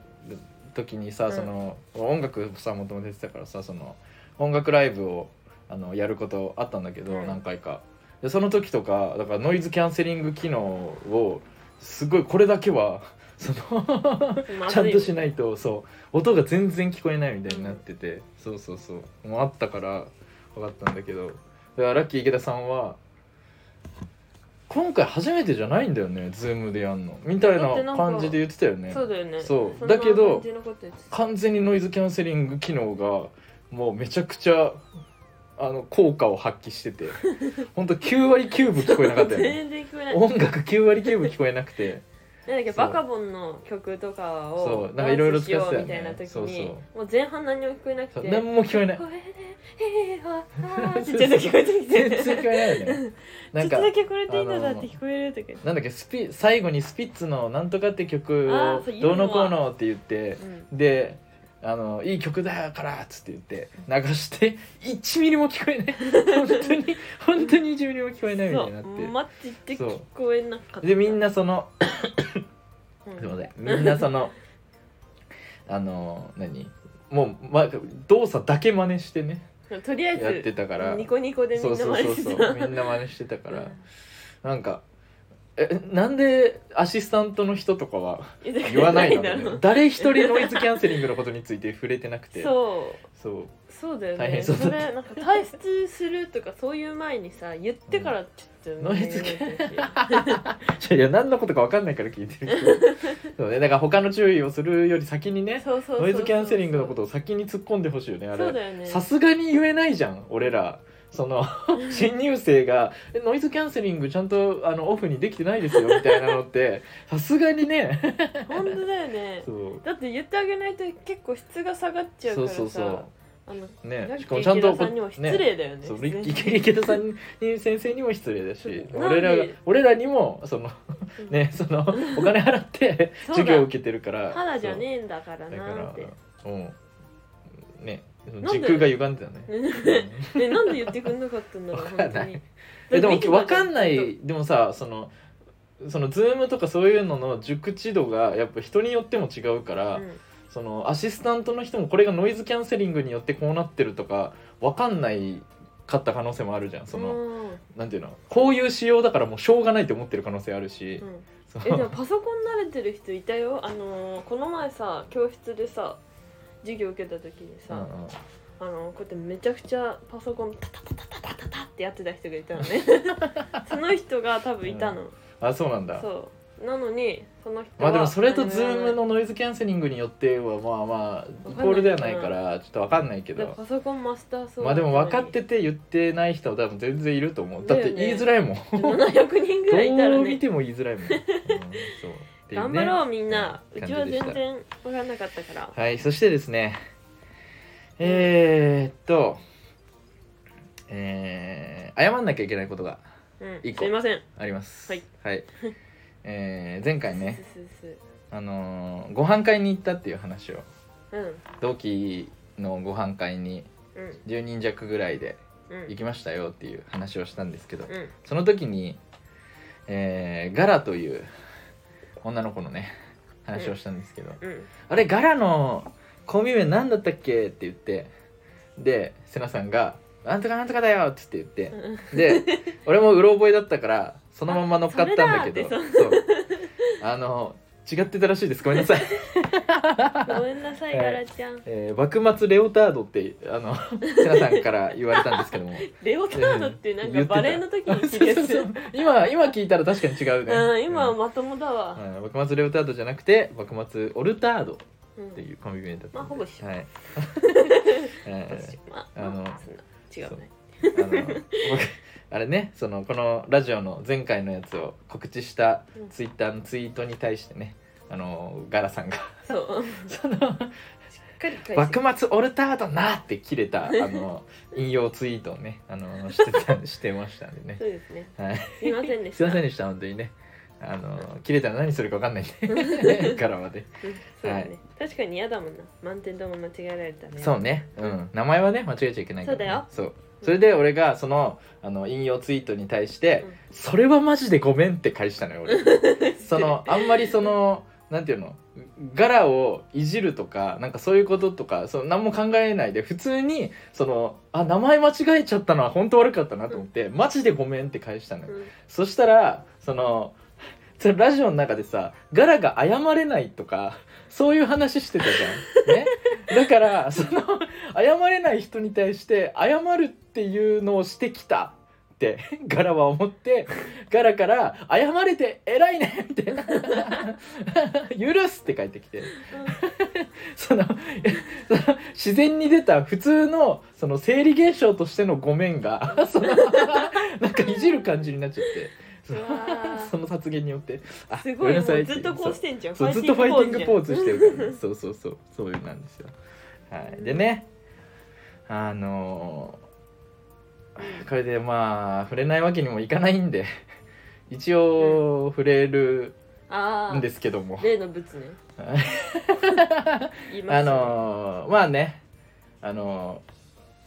Speaker 1: 時にさ、
Speaker 2: うん
Speaker 1: その音楽さもともと出てたからさその音楽ライブをあのやることあったんだけど、
Speaker 2: うん
Speaker 1: 何回かでその時とかだからノイズキャンセリング機能をすごいこれだけはその
Speaker 2: ま
Speaker 1: ちゃ
Speaker 2: ず
Speaker 1: ん
Speaker 2: い
Speaker 1: としないとそう音が全然聞こえないみたいになってて、そうそうそうもうあったから分かったんだけどだからラッキー池田さんは今回初めてじゃないんだよねズームでやんのみたい
Speaker 2: だって
Speaker 1: な
Speaker 2: な
Speaker 1: ん
Speaker 2: か
Speaker 1: 感じで言ってたよね
Speaker 2: そうだよね
Speaker 1: そうん
Speaker 2: な
Speaker 1: だけど
Speaker 2: 感じのこと言ってた
Speaker 1: 完全にノイズキャンセリング機能がもうめちゃくちゃあの効果を発揮 しててほんと9割9分聞こえなかったよね
Speaker 2: 全然聞こえない
Speaker 1: 音楽9割9分聞こえなくて
Speaker 2: なんだっけ
Speaker 1: そう
Speaker 2: バカボンの曲とか
Speaker 1: そ
Speaker 2: を
Speaker 1: うなんかいろいろ
Speaker 2: ダンスしよ
Speaker 1: 使っ
Speaker 2: う
Speaker 1: てた
Speaker 2: みた
Speaker 1: よ
Speaker 2: い
Speaker 1: ね
Speaker 2: な時に
Speaker 1: そうそう
Speaker 2: もう前半何にも聞こえなく
Speaker 1: そう
Speaker 2: て
Speaker 1: 何も聞こえない
Speaker 2: これで平和ってちょっと聞こえて き
Speaker 1: 全
Speaker 2: て
Speaker 1: 然聞こえないよねなん
Speaker 2: ち
Speaker 1: か
Speaker 2: ょっとだけこれでいいのだって聞こえるとか言って
Speaker 1: なんだっけスピ最後にスピッツの「なんとか」って曲
Speaker 2: あ
Speaker 1: を
Speaker 2: ーそう
Speaker 1: どうのこうのって言って
Speaker 2: うん
Speaker 1: であの「いい曲だから」っつって言って流して1ミリも聞こえない 本当に本当に1ミリも聞こえないみたいになっ
Speaker 2: そう
Speaker 1: て
Speaker 2: マジで聞こえなかった
Speaker 1: でみんなその
Speaker 2: うん
Speaker 1: すいませんみんなそのあの何もう、ま、動作だけ真似してね
Speaker 2: とりあえず
Speaker 1: やってたから
Speaker 2: ニコニコでみ
Speaker 1: そうん
Speaker 2: な
Speaker 1: そうそ
Speaker 2: 真似
Speaker 1: う
Speaker 2: して
Speaker 1: そう
Speaker 2: た
Speaker 1: みんな真似してたか
Speaker 2: う
Speaker 1: ら
Speaker 2: ん
Speaker 1: なんかえなんでアシスタントの人とかは言わないの
Speaker 2: だ
Speaker 1: ね
Speaker 2: ろう
Speaker 1: 誰一人ノイズキャンセリングのことについて触れてなくてそう
Speaker 2: そうそうだよね
Speaker 1: 大変そうだ
Speaker 2: それなんか退出するとかそういう前にさ言ってからちょっと
Speaker 1: ノイズキ
Speaker 2: メール送って
Speaker 1: いや何のことか分かんないから聞いてるけ どそうねだから他の注意をするより先にね
Speaker 2: そうそうそうそう
Speaker 1: ノイズキャンセリングのことを先に突っ込んでほしいよねあ
Speaker 2: そう
Speaker 1: れ
Speaker 2: だよね
Speaker 1: さすがに言えないじゃん俺らその新入生がえ「ノイズキャンセリングちゃんとあのオフにできてないですよ」みたいなのってさすがに ね
Speaker 2: 本当だよね
Speaker 1: そう
Speaker 2: だって言ってあげないと結構質が下がっちゃ
Speaker 1: そ
Speaker 2: うから
Speaker 1: う
Speaker 2: さ
Speaker 1: そうそう
Speaker 2: あの
Speaker 1: ね
Speaker 2: ラッ
Speaker 1: し
Speaker 2: キ
Speaker 1: か
Speaker 2: ー
Speaker 1: もちゃんと
Speaker 2: 池田さんにも失礼だよね
Speaker 1: そう池田さんに先生にも失礼だし
Speaker 2: そう
Speaker 1: 俺ら
Speaker 2: な
Speaker 1: が
Speaker 2: んで
Speaker 1: 俺らにもその
Speaker 2: うん
Speaker 1: ねそのお金払って
Speaker 2: そうだ
Speaker 1: 授業を受けてるから
Speaker 2: 肌じゃねえんだから
Speaker 1: そうだ
Speaker 2: な
Speaker 1: か
Speaker 2: ー
Speaker 1: ら
Speaker 2: って
Speaker 1: うんね
Speaker 2: で
Speaker 1: 時空が歪んでたね
Speaker 2: ねねなんで言ってくんなかったんだろう
Speaker 1: わかん
Speaker 2: 本当
Speaker 1: ない
Speaker 2: に
Speaker 1: えでも分かんな
Speaker 2: だっ
Speaker 1: いでもさそのそのズームとかそういうのの熟知度がやっぱ人によっても違うから、
Speaker 2: てうん
Speaker 1: そのアシスタントの人もこれがノイズキャンセリングによってこうなってるとか分かんないかった可能性もあるじゃんその、
Speaker 2: うん
Speaker 1: なんていうのこういう仕様だからもうしょうがないと思ってる可能性あるし
Speaker 2: う、ん
Speaker 1: そ
Speaker 2: えでも
Speaker 1: の
Speaker 2: パソコン慣れてる人いたよあのーこの前さ教室でさ授業受けた時 に
Speaker 1: うん
Speaker 2: さ、あのーこうやってめちゃくちゃパソコンタタタタタタタタってやってた人がいた のねその人が多分いたの、
Speaker 1: うんあそうなんだ
Speaker 2: そうなのにその人は
Speaker 1: まあでもそれと
Speaker 2: 何
Speaker 1: ズーム
Speaker 2: もやらない
Speaker 1: のノイズキャンセリングによってはまあまあ
Speaker 2: わかんない
Speaker 1: イコールではないからちょっとわかんないけ
Speaker 2: だか
Speaker 1: ど
Speaker 2: らパソコンマスターそう
Speaker 1: まあでも分かってて言ってない人は多分全然いると思う
Speaker 2: だ
Speaker 1: だっ
Speaker 2: よね
Speaker 1: て言いづらいもん
Speaker 2: 700人ぐらいいたら
Speaker 1: どう
Speaker 2: ね
Speaker 1: 見ても言いづらいもん、うんそうっていう
Speaker 2: 頑
Speaker 1: ね
Speaker 2: 張ろうみんな、
Speaker 1: うん
Speaker 2: うちは
Speaker 1: 感じでし
Speaker 2: 全
Speaker 1: た
Speaker 2: 然分かんなかったから
Speaker 1: はいそしてですねえー、っとえー、謝んなきゃいけないことが
Speaker 2: うん
Speaker 1: 一個
Speaker 2: すいません
Speaker 1: あります
Speaker 2: はい、
Speaker 1: えー前回ね
Speaker 2: すすす
Speaker 1: あのーご飯会に行ったっていう話を
Speaker 2: うん
Speaker 1: 同期のご飯会に
Speaker 2: うん
Speaker 1: 10人弱ぐらいで
Speaker 2: うん
Speaker 1: 行きましたよっていう話をしたんですけど
Speaker 2: うん
Speaker 1: その時に、えーガラという女の子のね話をしたんですけど
Speaker 2: うん
Speaker 1: 「あれガラのコンビ名何だったっけ?」って言ってで瀬名さんが「なんとかなんとかだよ」っつって言って
Speaker 2: うん
Speaker 1: で俺もうろ覚えだったからそのまま乗っかったんだけど
Speaker 2: あそれ
Speaker 1: そうあの違ってたらしいですごめんな さい
Speaker 2: ごめんなさい、
Speaker 1: はい
Speaker 2: ガラちゃん。
Speaker 1: えー幕末レオタードってあの瀬名さんから言われたんですけども
Speaker 2: レオタードってなん
Speaker 1: 言
Speaker 2: か
Speaker 1: ってた
Speaker 2: バレエの時に着る や
Speaker 1: そう
Speaker 2: つ。
Speaker 1: そうそう今今聞いたら確かに違うね、
Speaker 2: うん、今は
Speaker 1: うん
Speaker 2: まともだわ。
Speaker 1: うん幕末レオタードじゃなくて幕末オルタードっ
Speaker 2: うん
Speaker 1: ていうコンビ名だったんで
Speaker 2: まあほぼ一緒
Speaker 1: はい え
Speaker 2: ま
Speaker 1: あ
Speaker 2: あ、
Speaker 1: の
Speaker 2: まあそんな違うね。
Speaker 1: ーあの僕あれねそのこのラジオの前回のやつを告知した
Speaker 2: うん
Speaker 1: ツイッターのツイートに対してねあのガラさんが
Speaker 2: そう。
Speaker 1: その
Speaker 2: しっかり返して。
Speaker 1: 幕末オルタードなって切れたあの引用ツイートをねあのして たしてましたんでね
Speaker 2: そうですね。
Speaker 1: はい
Speaker 2: すいませんでした。
Speaker 1: すいませんでした本当にねあの切れたら何するか分かんないん でからまで、
Speaker 2: うんそうだね。確かに嫌だもんな。満点玉間違えられたね。
Speaker 1: そうねうん名前はね間違えちゃいけないから、ね、そう
Speaker 2: うん
Speaker 1: それで俺がそのあの引用ツイートに対して「
Speaker 2: うん
Speaker 1: それはマジでごめん」って返したの よ俺そのあんまりそのなんていうの柄をいじるとかなんかそういうこととかその何も考えないで普通にそのあ名前間違えちゃったのは本当悪かったなと思って「マジでごめん」って返したのよ
Speaker 2: うん。
Speaker 1: そしたらそのそのラジオの中でさガラが謝れないとかそういう話してたじゃん。ね、だからその謝れない人に対して謝るっていうのをしてきたってガラは思ってガラから「謝れて偉いね」って 「許す」って帰ってきてそのその自然に出た普通のその生理現象としての「ごめんが」そのなんかいじる感じになっちゃって。その
Speaker 2: うわー
Speaker 1: その発言によってあ
Speaker 2: す
Speaker 1: ご
Speaker 2: ご
Speaker 1: め
Speaker 2: い
Speaker 1: ん
Speaker 2: も
Speaker 1: な
Speaker 2: う
Speaker 1: さい
Speaker 2: ずっとこうしてんじゃん
Speaker 1: そうずっとファイティングポー
Speaker 2: ズ
Speaker 1: ズしてる から、ね、そうそうそうそういうのなんですよ。はい、でねあのーこれでまあ触れないわけにもいかないんで 一応触れる
Speaker 2: ああ
Speaker 1: んですけども、
Speaker 2: 例の物ね
Speaker 1: はい
Speaker 2: 言いま
Speaker 1: あ
Speaker 2: したね
Speaker 1: のーまあねあのー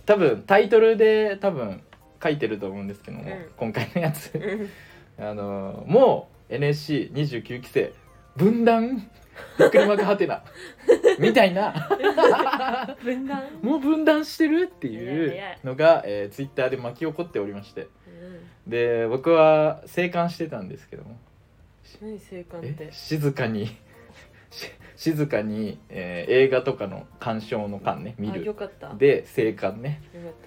Speaker 1: 多分タイトルで多分書いてると思うんですけども、
Speaker 2: うん
Speaker 1: 今回のやつ
Speaker 2: うん
Speaker 1: あのーもう NSC29 期生分 断びっくりマークハテナみたいな
Speaker 2: 分断
Speaker 1: もう分断してるっていうのが、えー、ツイッターで巻き起こっておりまして
Speaker 2: うん
Speaker 1: で僕は静観してたんですけども
Speaker 2: 何生還っ
Speaker 1: え
Speaker 2: て
Speaker 1: 静かにし静かに、えー映画とかの鑑賞の観ね見
Speaker 2: あよ
Speaker 1: る
Speaker 2: かったよか
Speaker 1: で静観ね
Speaker 2: っ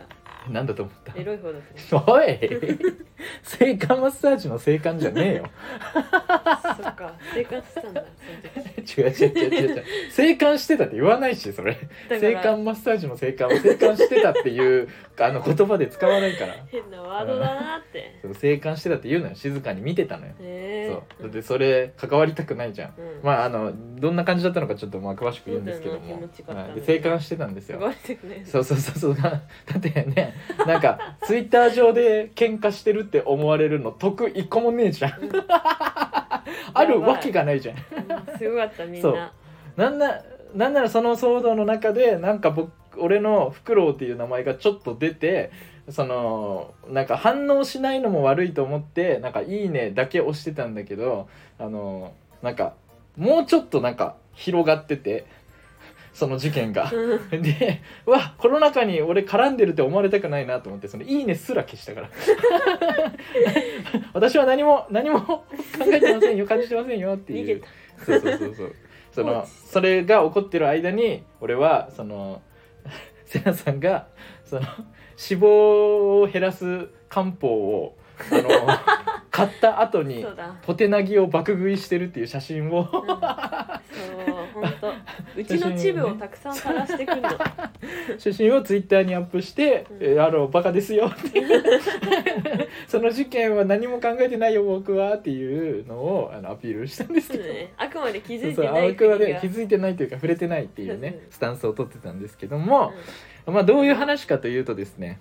Speaker 1: なんだと思った
Speaker 2: たエロい方だったね
Speaker 1: おい静観マッサージの静観じゃねえよ
Speaker 2: そっか生還してたんだその
Speaker 1: 違
Speaker 2: 時
Speaker 1: う違う違う違う違う生還してたって言わないしそれ
Speaker 2: だ
Speaker 1: 生
Speaker 2: から
Speaker 1: 還マッサージの生還を生還してたっていう あの言葉で使わないから
Speaker 2: 変なワードだなって
Speaker 1: その生還してたって言うのよ静かに見てたのよ、
Speaker 2: え
Speaker 1: そうだってそれ関わりたくないじゃん
Speaker 2: うん
Speaker 1: まああのどんな感じだったのかちょっとまあ詳しく言うんですけども
Speaker 2: そうだよな気持ちよかったね
Speaker 1: はいで生還してたんです
Speaker 2: す
Speaker 1: よ
Speaker 2: ごいですね
Speaker 1: そうそうそうそうだってねなんかツイッター上で喧嘩してるって思われるの得一個もねえじゃん
Speaker 2: うん
Speaker 1: あるわけがないじゃん
Speaker 2: うんすごかったみん
Speaker 1: そう
Speaker 2: な
Speaker 1: なんななんならその騒動の中でなんか僕俺のフクロウっていう名前がちょっと出てそのなんか反応しないのも悪いと思ってなんか「いいね」だけ押してたんだけどあのなんかもうちょっとなんか広がっててその事件が。
Speaker 2: うん
Speaker 1: でうわこの中に俺絡んでるって思われたくないなと思ってその「いいね」すら消したから私は何も何も考えてませんよ感じてませんよっていう
Speaker 2: 逃げた
Speaker 1: そうそうそうそう。そ
Speaker 2: 放
Speaker 1: の
Speaker 2: 置した
Speaker 1: それが起こってる間に俺はその セナさんがその脂肪を減らす漢方をあ の買った後に
Speaker 2: そうだ
Speaker 1: ポテナギを爆食いしてるっていう写真
Speaker 2: う
Speaker 1: を
Speaker 2: んそう本 当うちのチブをたくさん探してくんの
Speaker 1: 写真をツイッターにアップして
Speaker 2: うん
Speaker 1: 「えあのバカですよ」っていう 「その事件は何も考えてないよ僕は」っていうのをあのアピールしたんです
Speaker 2: そ
Speaker 1: け
Speaker 2: う
Speaker 1: ど。
Speaker 2: ねあくまで気
Speaker 1: そ
Speaker 2: づ
Speaker 1: う
Speaker 2: い
Speaker 1: そう
Speaker 2: てない
Speaker 1: 青くは
Speaker 2: 国
Speaker 1: ね
Speaker 2: が
Speaker 1: 気づいてないというか触れてないっていうね
Speaker 2: うん
Speaker 1: スタンスを取ってたんですけども、まあどういう話かというとですね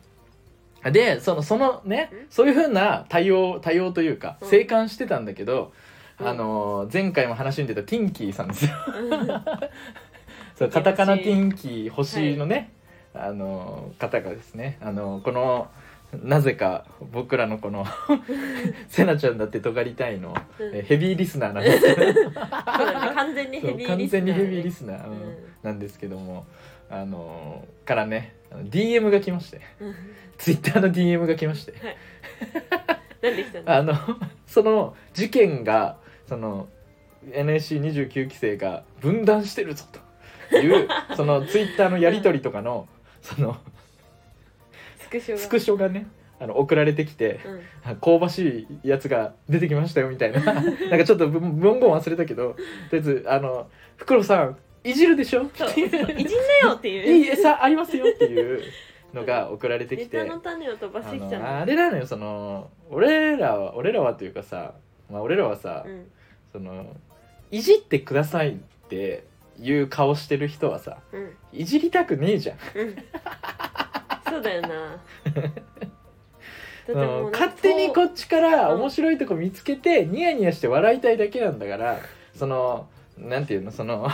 Speaker 1: でそのそのね
Speaker 2: うん
Speaker 1: そういうふうな対応対応というか
Speaker 2: うん
Speaker 1: 静観してたんだけど、
Speaker 2: うん
Speaker 1: あのー前回も話に出たティンキーさんです よ
Speaker 2: うん
Speaker 1: そうカタカナティンキー星のね、あのー方がですねあのーこのなぜか僕らのこ の「せなちゃんだって尖りたいの」
Speaker 2: うん
Speaker 1: えヘビーリスナーなんですけど
Speaker 2: そうだね完全にヘビーリスナーね
Speaker 1: 完全にヘビーリスナー、うん
Speaker 2: うん
Speaker 1: なんですけどもあのーからねあの DM が来まして
Speaker 2: うん
Speaker 1: ツイッターの DM が来まして
Speaker 2: なんで来たの
Speaker 1: あの その事件がその NSC29 期生が分断してるぞという そのツイッターのやり取りとかのその
Speaker 2: スクショが
Speaker 1: スクショがねあの送られてきて
Speaker 2: うん
Speaker 1: あ香ばしいやつが出てきましたよみ たいななんかちょっと文文言忘れたけどとりあえずあの「袋さんいじるでしょ?」
Speaker 2: そう
Speaker 1: っ
Speaker 2: そ
Speaker 1: て
Speaker 2: う
Speaker 1: い
Speaker 2: いじん
Speaker 1: う
Speaker 2: なよって
Speaker 1: い
Speaker 2: い う
Speaker 1: い餌ありますよっていうのが送られて
Speaker 2: ネ
Speaker 1: き
Speaker 2: タ
Speaker 1: て
Speaker 2: の種を飛ばし
Speaker 1: あ
Speaker 2: てきた
Speaker 1: の
Speaker 2: の
Speaker 1: あれなのよその俺らは俺らはというかさ、まあ、俺らはさ、
Speaker 2: うん
Speaker 1: そのいじってくださいっていう顔してる人はさ
Speaker 2: うん
Speaker 1: いじりたくねえじゃん
Speaker 2: うんそうだよ なだって
Speaker 1: その
Speaker 2: もう
Speaker 1: 勝手にこっちから
Speaker 2: うん
Speaker 1: 面白いとこ見つけてニヤニヤして笑いたいだけなんだからそのなんていうのそ の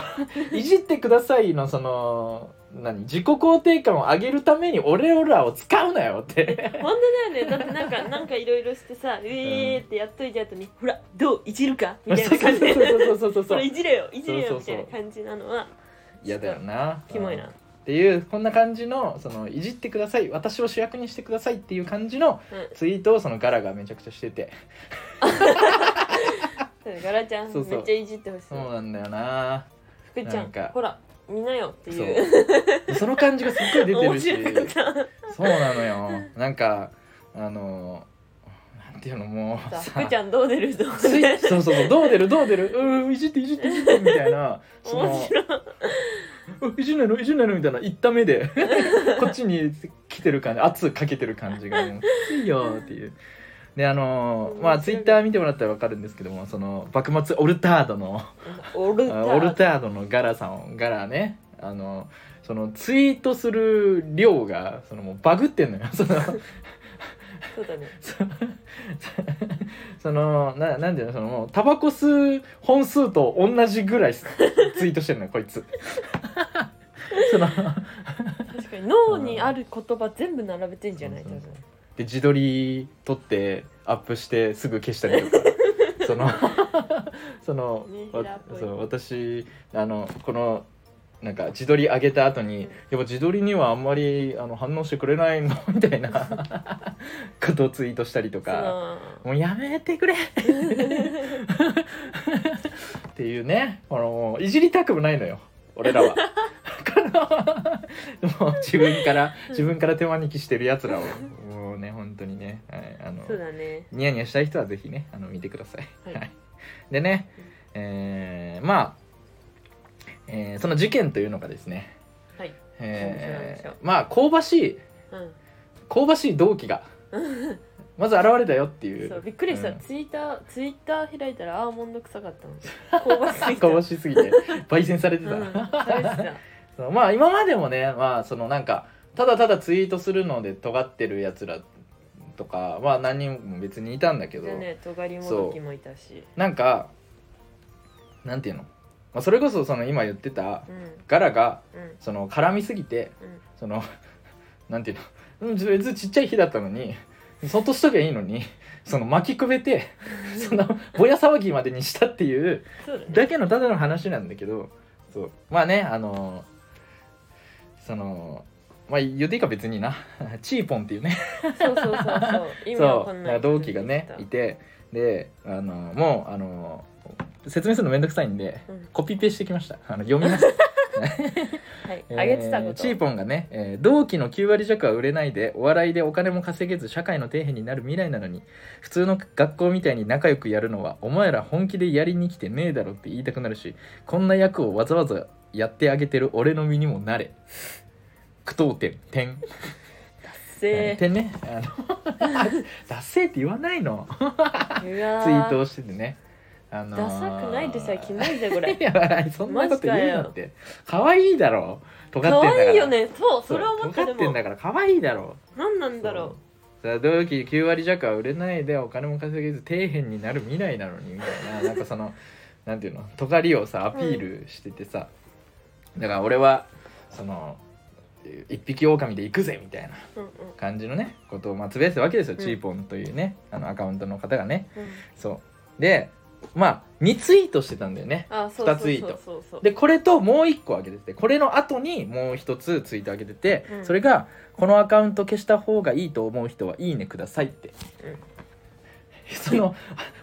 Speaker 1: いじってくださいのその何自己肯定感を上げるために俺らを使うなよって。
Speaker 2: 本当だよねだってなんかなんかいろいろしてさ「うえー」ってやっといた後に「ほらどういじるか」みたいな感じで
Speaker 1: そうそうそうそう
Speaker 2: そ
Speaker 1: そう
Speaker 2: れいじれよいじれよ
Speaker 1: そう
Speaker 2: み
Speaker 1: そ
Speaker 2: た
Speaker 1: うそう
Speaker 2: いな感じなのは
Speaker 1: 嫌だよな
Speaker 2: キモい
Speaker 1: うん
Speaker 2: な
Speaker 1: っ、ていうこんな感じのそのいじってください私を主役にしてくださいっていう感じの
Speaker 2: うん
Speaker 1: ツイートをそのガラがめちゃくちゃしてて
Speaker 2: そうだねガラちゃん
Speaker 1: そうそう
Speaker 2: めっちゃいじってほしい
Speaker 1: そうなんだよな
Speaker 2: 福ちゃ
Speaker 1: なん
Speaker 2: ん
Speaker 1: か
Speaker 2: ほら見なよって
Speaker 1: そ
Speaker 2: いう
Speaker 1: うその感じがすっごい出て
Speaker 2: 面
Speaker 1: るし
Speaker 2: 白かった
Speaker 1: そうなのよなんかあのなんていうのもう
Speaker 2: さあ
Speaker 1: さ
Speaker 2: 福ちゃんどう出るどう
Speaker 1: つ
Speaker 2: 出
Speaker 1: い
Speaker 2: る
Speaker 1: そうそうそうどう出るどう出るうんいじっていじっていじってみたいなその
Speaker 2: 面白い
Speaker 1: うんいじんないのいじんないのみたいな言った目で こっちに来てる感じ圧かけてる感じがもうきついよっていう。であのーまあ
Speaker 2: 面
Speaker 1: ツイ
Speaker 2: 白い
Speaker 1: ッター見てもらったら分かるんですけどもその幕末オルタードの
Speaker 2: オルタ
Speaker 1: あオルタードのガラさんをガラねあのそのツイートする量がそのもうバグってんのよ その
Speaker 2: そうだね
Speaker 1: そのそのななんていうのそのもうタバコ吸う本数と同じぐらいツイートしてるのよこい つその
Speaker 2: 確かに脳にある言葉全部並べてんじゃない多
Speaker 1: そう
Speaker 2: 分
Speaker 1: そうそうで自撮り撮ってアップしてすぐ消したりと かそのその
Speaker 2: ね
Speaker 1: わ
Speaker 2: 平っぽい
Speaker 1: そう私あのこのなんか自撮り上げた後に、
Speaker 2: うん
Speaker 1: やっぱ自撮りにはあんまりあの反応してくれないのみたいなことをツイートしたりと
Speaker 2: そ
Speaker 1: か。も
Speaker 2: の
Speaker 1: うやめてくれっていうねあのもういじりたくもないのよ俺らは。このもう自分から自分から手招きしてるやつらをもうね本当にね、はい、あの
Speaker 2: そうだね
Speaker 1: ニヤニヤしたい人はぜひねあの見てください。
Speaker 2: はい
Speaker 1: でね
Speaker 2: うん、
Speaker 1: えーまあ、えーその事件というのがですね、
Speaker 2: はい
Speaker 1: えー
Speaker 2: そうそう
Speaker 1: まあ香ばしい
Speaker 2: うん
Speaker 1: 香ばしい動機 がまず現れたよっていう
Speaker 2: そうびっくりした、
Speaker 1: うん
Speaker 2: ツイッターツイッター開いたらアーモンド臭 かったの香ばしすぎた
Speaker 1: 香ばしすぎて焙煎されてた、
Speaker 2: うん食 べてた
Speaker 1: そうまあ今までもねまあそのなんかただただツイートするので尖ってるやつらとかまあ何人も別にいたんだけど、
Speaker 2: でね尖りもどきもいたし
Speaker 1: なんかなんていうの、まあ、それこそその今言ってた
Speaker 2: うん
Speaker 1: ガラが
Speaker 2: うん
Speaker 1: その絡みすぎて
Speaker 2: うん
Speaker 1: その なんていうのうん別にちっちゃい火だったのにそっとしときゃいいのにその巻きくべ てそのぼや騒ぎまでにしたっていう
Speaker 2: そうだね
Speaker 1: だけのただの話なんだけどそうまあねあのそのまあ言っていいか別にな チーポンっていうね
Speaker 2: そうそうそ うそう意味わ
Speaker 1: そ
Speaker 2: か
Speaker 1: うんな
Speaker 2: なん
Speaker 1: か
Speaker 2: い
Speaker 1: 同期がねいてであのもうあの説明するのめんどくさいんで
Speaker 2: うん
Speaker 1: コピペしてきましたあの読みます
Speaker 2: はい
Speaker 1: え
Speaker 2: あげてたこと
Speaker 1: チーポンがね、えー同期の9割弱は売れないでお笑いでお金も稼げず社会の底辺になる未来なのに普通の学校みたいに仲良くやるのはお前ら本気でやりに来てねえだろって言いたくなるしこんな役をわざわざやってあげてる俺の身にもなれ苦闘点点
Speaker 2: せー
Speaker 1: 点 ねあのダッセーって言わないの
Speaker 2: うわー
Speaker 1: ツイートをしててねあのー
Speaker 2: ダサくないでさキモいじゃんこれ
Speaker 1: いやそんなこと言うな
Speaker 2: マ
Speaker 1: っ
Speaker 2: ジ
Speaker 1: て可愛いだろ尖ってんだから
Speaker 2: 可愛いよねそうそれは思っ
Speaker 1: 尖
Speaker 2: たで
Speaker 1: ってん
Speaker 2: も
Speaker 1: だから可愛いだろ
Speaker 2: 何なんだろ
Speaker 1: そうさあ同期9割弱は売れないでお金も稼げず底辺になる未来なのにみたいななんかその なんていうの尖りをさアピールしててさ、だから俺はその一匹狼で行くぜみたいな
Speaker 2: ううんうん
Speaker 1: 感じのねことをまあつぶやいてたわけですよ、
Speaker 2: うん
Speaker 1: チーポンというねあのアカウントの方がね
Speaker 2: うん
Speaker 1: そうでまあ2ツイートしてたんだよね
Speaker 2: あそうそう
Speaker 1: 二ツイート
Speaker 2: そうそうそう
Speaker 1: でこれともう一個上げててこれの後にもう一つツイート上げてて、
Speaker 2: うん
Speaker 1: それが「このアカウント消した方がいいと思う人はいいねください」って、
Speaker 2: うん
Speaker 1: その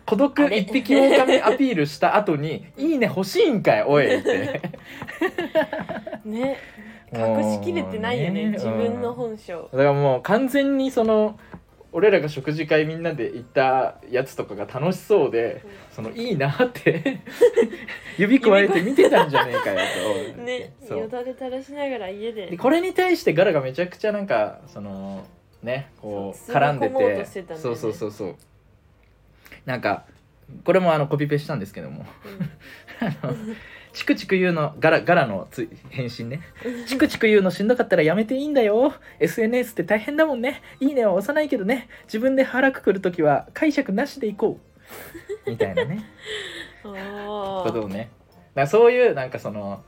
Speaker 1: 孤独
Speaker 2: あれ
Speaker 1: 一匹狼アピールした後に「いいね欲しいんかいおい」って
Speaker 2: ね 隠しきれてないよ
Speaker 1: もう
Speaker 2: ね自分の
Speaker 1: うん
Speaker 2: 本性
Speaker 1: だからもう完全にその俺らが食事会みんなで行ったやつとかが楽しそうで、そのいいなって 指くわえて見てたんじゃねえかよと。
Speaker 2: ね
Speaker 1: そう
Speaker 2: よだれ垂らしながら家で
Speaker 1: でこれに対してガラがめちゃくちゃなんかそのねこう
Speaker 2: そう
Speaker 1: 絡んで
Speaker 2: 包み込もうと
Speaker 1: て
Speaker 2: してたんだよね
Speaker 1: そうそうそうそうなんかこれもあのコピペしたんですけども あのチクチク言うのガラガラのつ返信 ねチクチク言うのしんどかったらやめていいんだよ SNS って大変だもんねいいねは押さないけどね自分で腹くくるときは解釈なしでいこうみたいな ね
Speaker 2: うん
Speaker 1: ことをねだからそういうなんかその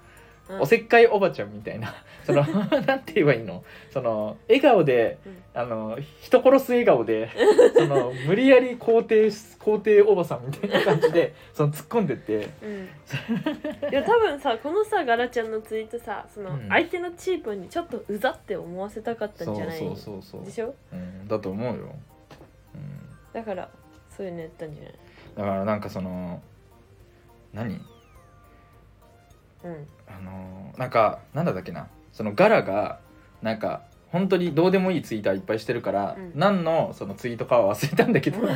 Speaker 2: うん
Speaker 1: おせっかいおばちゃんみたいな そのなんて言えばいいのその笑顔で、
Speaker 2: うん
Speaker 1: あの人殺す笑顔 でその無理やり肯定し肯定おばさんみたいな感じ でその突っ込んでって
Speaker 2: うん、いや多分さこのさガラちゃんのツイートさその、
Speaker 1: うん
Speaker 2: 相手のチープにちょっとうざって思わせたかったんじゃない
Speaker 1: そうそう
Speaker 2: でしょ
Speaker 1: うん、だと思うよ、うん、
Speaker 2: だからそういうのやったんじゃない
Speaker 1: だからなんかその何
Speaker 2: うん
Speaker 1: あのーなんかなんだったっけなそのガラがなんか本当にどうでもいいツイーターいっぱいしてるから、
Speaker 2: うん
Speaker 1: 何のそのツイートかは忘れたんだけど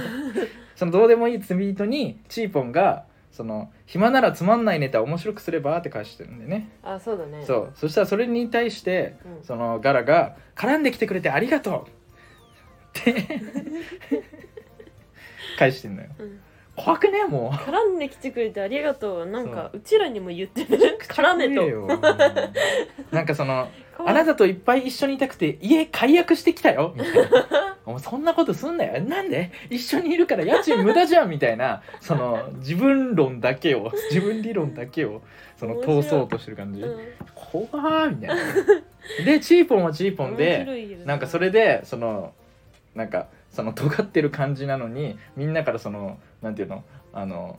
Speaker 1: そのどうでもいいツイートにチーポンがその暇ならつまんないネタ面白くすればって返してるんでね、
Speaker 2: あそうだねう、
Speaker 1: そうそしたらそれに対して
Speaker 2: うん、
Speaker 1: そのガラが「絡んできてくれてありがとう!」って 返してんのよ
Speaker 2: うん
Speaker 1: 怖くねもう
Speaker 2: 絡んできてくれてありがとうなんかうちらにも言って る絡め
Speaker 1: 怖い
Speaker 2: と
Speaker 1: よなんかその
Speaker 2: 可
Speaker 1: あ
Speaker 2: 愛い
Speaker 1: なたといっぱい一緒にいたくて家解約してきた よみたいなお前そんなことすんなよなんで一緒にいるから家賃無駄じゃんみたいなその自分論だけを自分理論だけをその
Speaker 2: 面白い
Speaker 1: 通そうとしてる感じ
Speaker 2: うん
Speaker 1: 怖ーみたいなでチーポンはチーポン
Speaker 2: 面
Speaker 1: で
Speaker 2: 白いよね
Speaker 1: なんかそれでそのなんかその尖ってる感じなのにみんなからそのなんていうのあの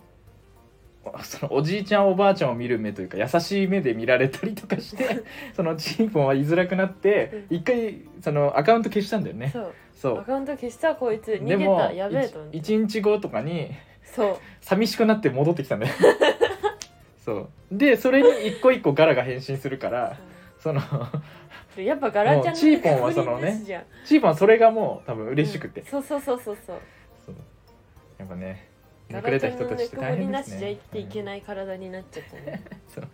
Speaker 1: そのおじいちゃんおばあちゃんを見る目というか優しい目で見られたりとかして そのチーポンは居づらくなって一回そのアカウント消したんだよね
Speaker 2: そう
Speaker 1: そ
Speaker 2: アカウント消したこいつ
Speaker 1: うで
Speaker 2: 逃げ
Speaker 1: も
Speaker 2: たやべえと思って
Speaker 1: 1日後とかに
Speaker 2: そう
Speaker 1: 寂しくなって戻ってきた んだよそうでそれに一個一個ガラが返信するからその
Speaker 2: うんやっぱガラちゃん
Speaker 1: もうチーポンはそのね
Speaker 2: 確認なしじゃん
Speaker 1: チーポンはそれがもう多分嬉しくて、
Speaker 2: うんそうそうそうそうそう
Speaker 1: そうやっぱね
Speaker 2: ガ
Speaker 1: 抜か
Speaker 2: ラ
Speaker 1: れ
Speaker 2: ち
Speaker 1: た
Speaker 2: ゃん
Speaker 1: 人
Speaker 2: の
Speaker 1: た
Speaker 2: ぬ
Speaker 1: ちって
Speaker 2: くも
Speaker 1: 大
Speaker 2: り
Speaker 1: 変で
Speaker 2: な
Speaker 1: す
Speaker 2: し
Speaker 1: ね
Speaker 2: じゃ生きていけ
Speaker 1: い、
Speaker 2: ない体になっちゃったね
Speaker 1: うん そうっ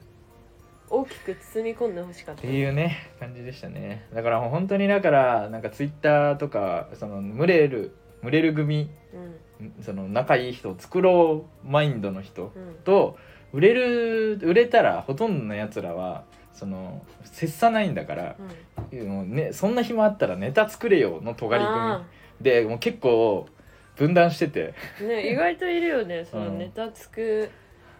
Speaker 2: 大きく包み込んでほしかった
Speaker 1: ていうね感じでしたねだからもう本当にだからなんかツイッターとかその群れる群れる組
Speaker 2: うん
Speaker 1: その仲いい人を作ろうマインドの人
Speaker 2: うん
Speaker 1: と売れる売れたらほとんどのやつらはその切さないんだから、
Speaker 2: うん
Speaker 1: もうね、そんな暇あったらネタ作れよの尖り組
Speaker 2: あ
Speaker 1: でもう結構分断してて
Speaker 2: ーね 意外といるよねその
Speaker 1: うん
Speaker 2: ネタつく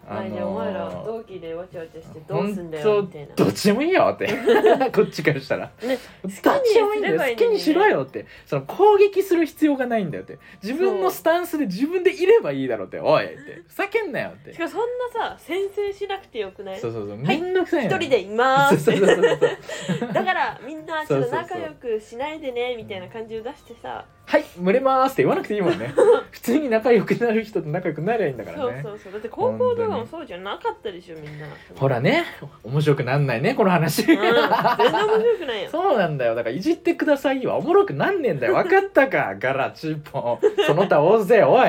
Speaker 2: 前に
Speaker 1: ー
Speaker 2: お前ら同期でわちゃわちゃしてどうすんだよみたいな
Speaker 1: 本当どっちでもいいよって こっちからしたら、
Speaker 2: ね
Speaker 1: どっちでもいいんだよ好
Speaker 2: 好
Speaker 1: き
Speaker 2: き
Speaker 1: に
Speaker 2: に
Speaker 1: し
Speaker 2: すれ
Speaker 1: ろ
Speaker 2: ばいい
Speaker 1: よってその攻撃する必要がないんだよって自分のスタンスで自分でいればいいだろうっておいってふざけんなよって
Speaker 2: しかもそんなさ先制しなくてよくない
Speaker 1: そう
Speaker 2: 一
Speaker 1: そうそう
Speaker 2: は
Speaker 1: め
Speaker 2: い
Speaker 1: んどくさいの
Speaker 2: 人でいま
Speaker 1: そう
Speaker 2: す
Speaker 1: そ
Speaker 2: っ
Speaker 1: う
Speaker 2: て
Speaker 1: そうそうそう
Speaker 2: だからみんなち
Speaker 1: そ
Speaker 2: ょ
Speaker 1: う
Speaker 2: っ
Speaker 1: そう
Speaker 2: と
Speaker 1: そう
Speaker 2: 仲良くしないでねみたいな感じを出してさ
Speaker 1: はい群れまーすって言わなくていいもんね 普通に仲良くなる人と仲良くなりゃいいんだから
Speaker 2: そう
Speaker 1: ね
Speaker 2: そうそうだって高校とかもそうじゃなかったでしょみんな
Speaker 1: ほらね面白くなんないねこの話、
Speaker 2: うん全然面白くないよ
Speaker 1: そうなんだよだからいじってくださいよおもろくなんねえんだよ分かった かガラチーポンその他大勢おい、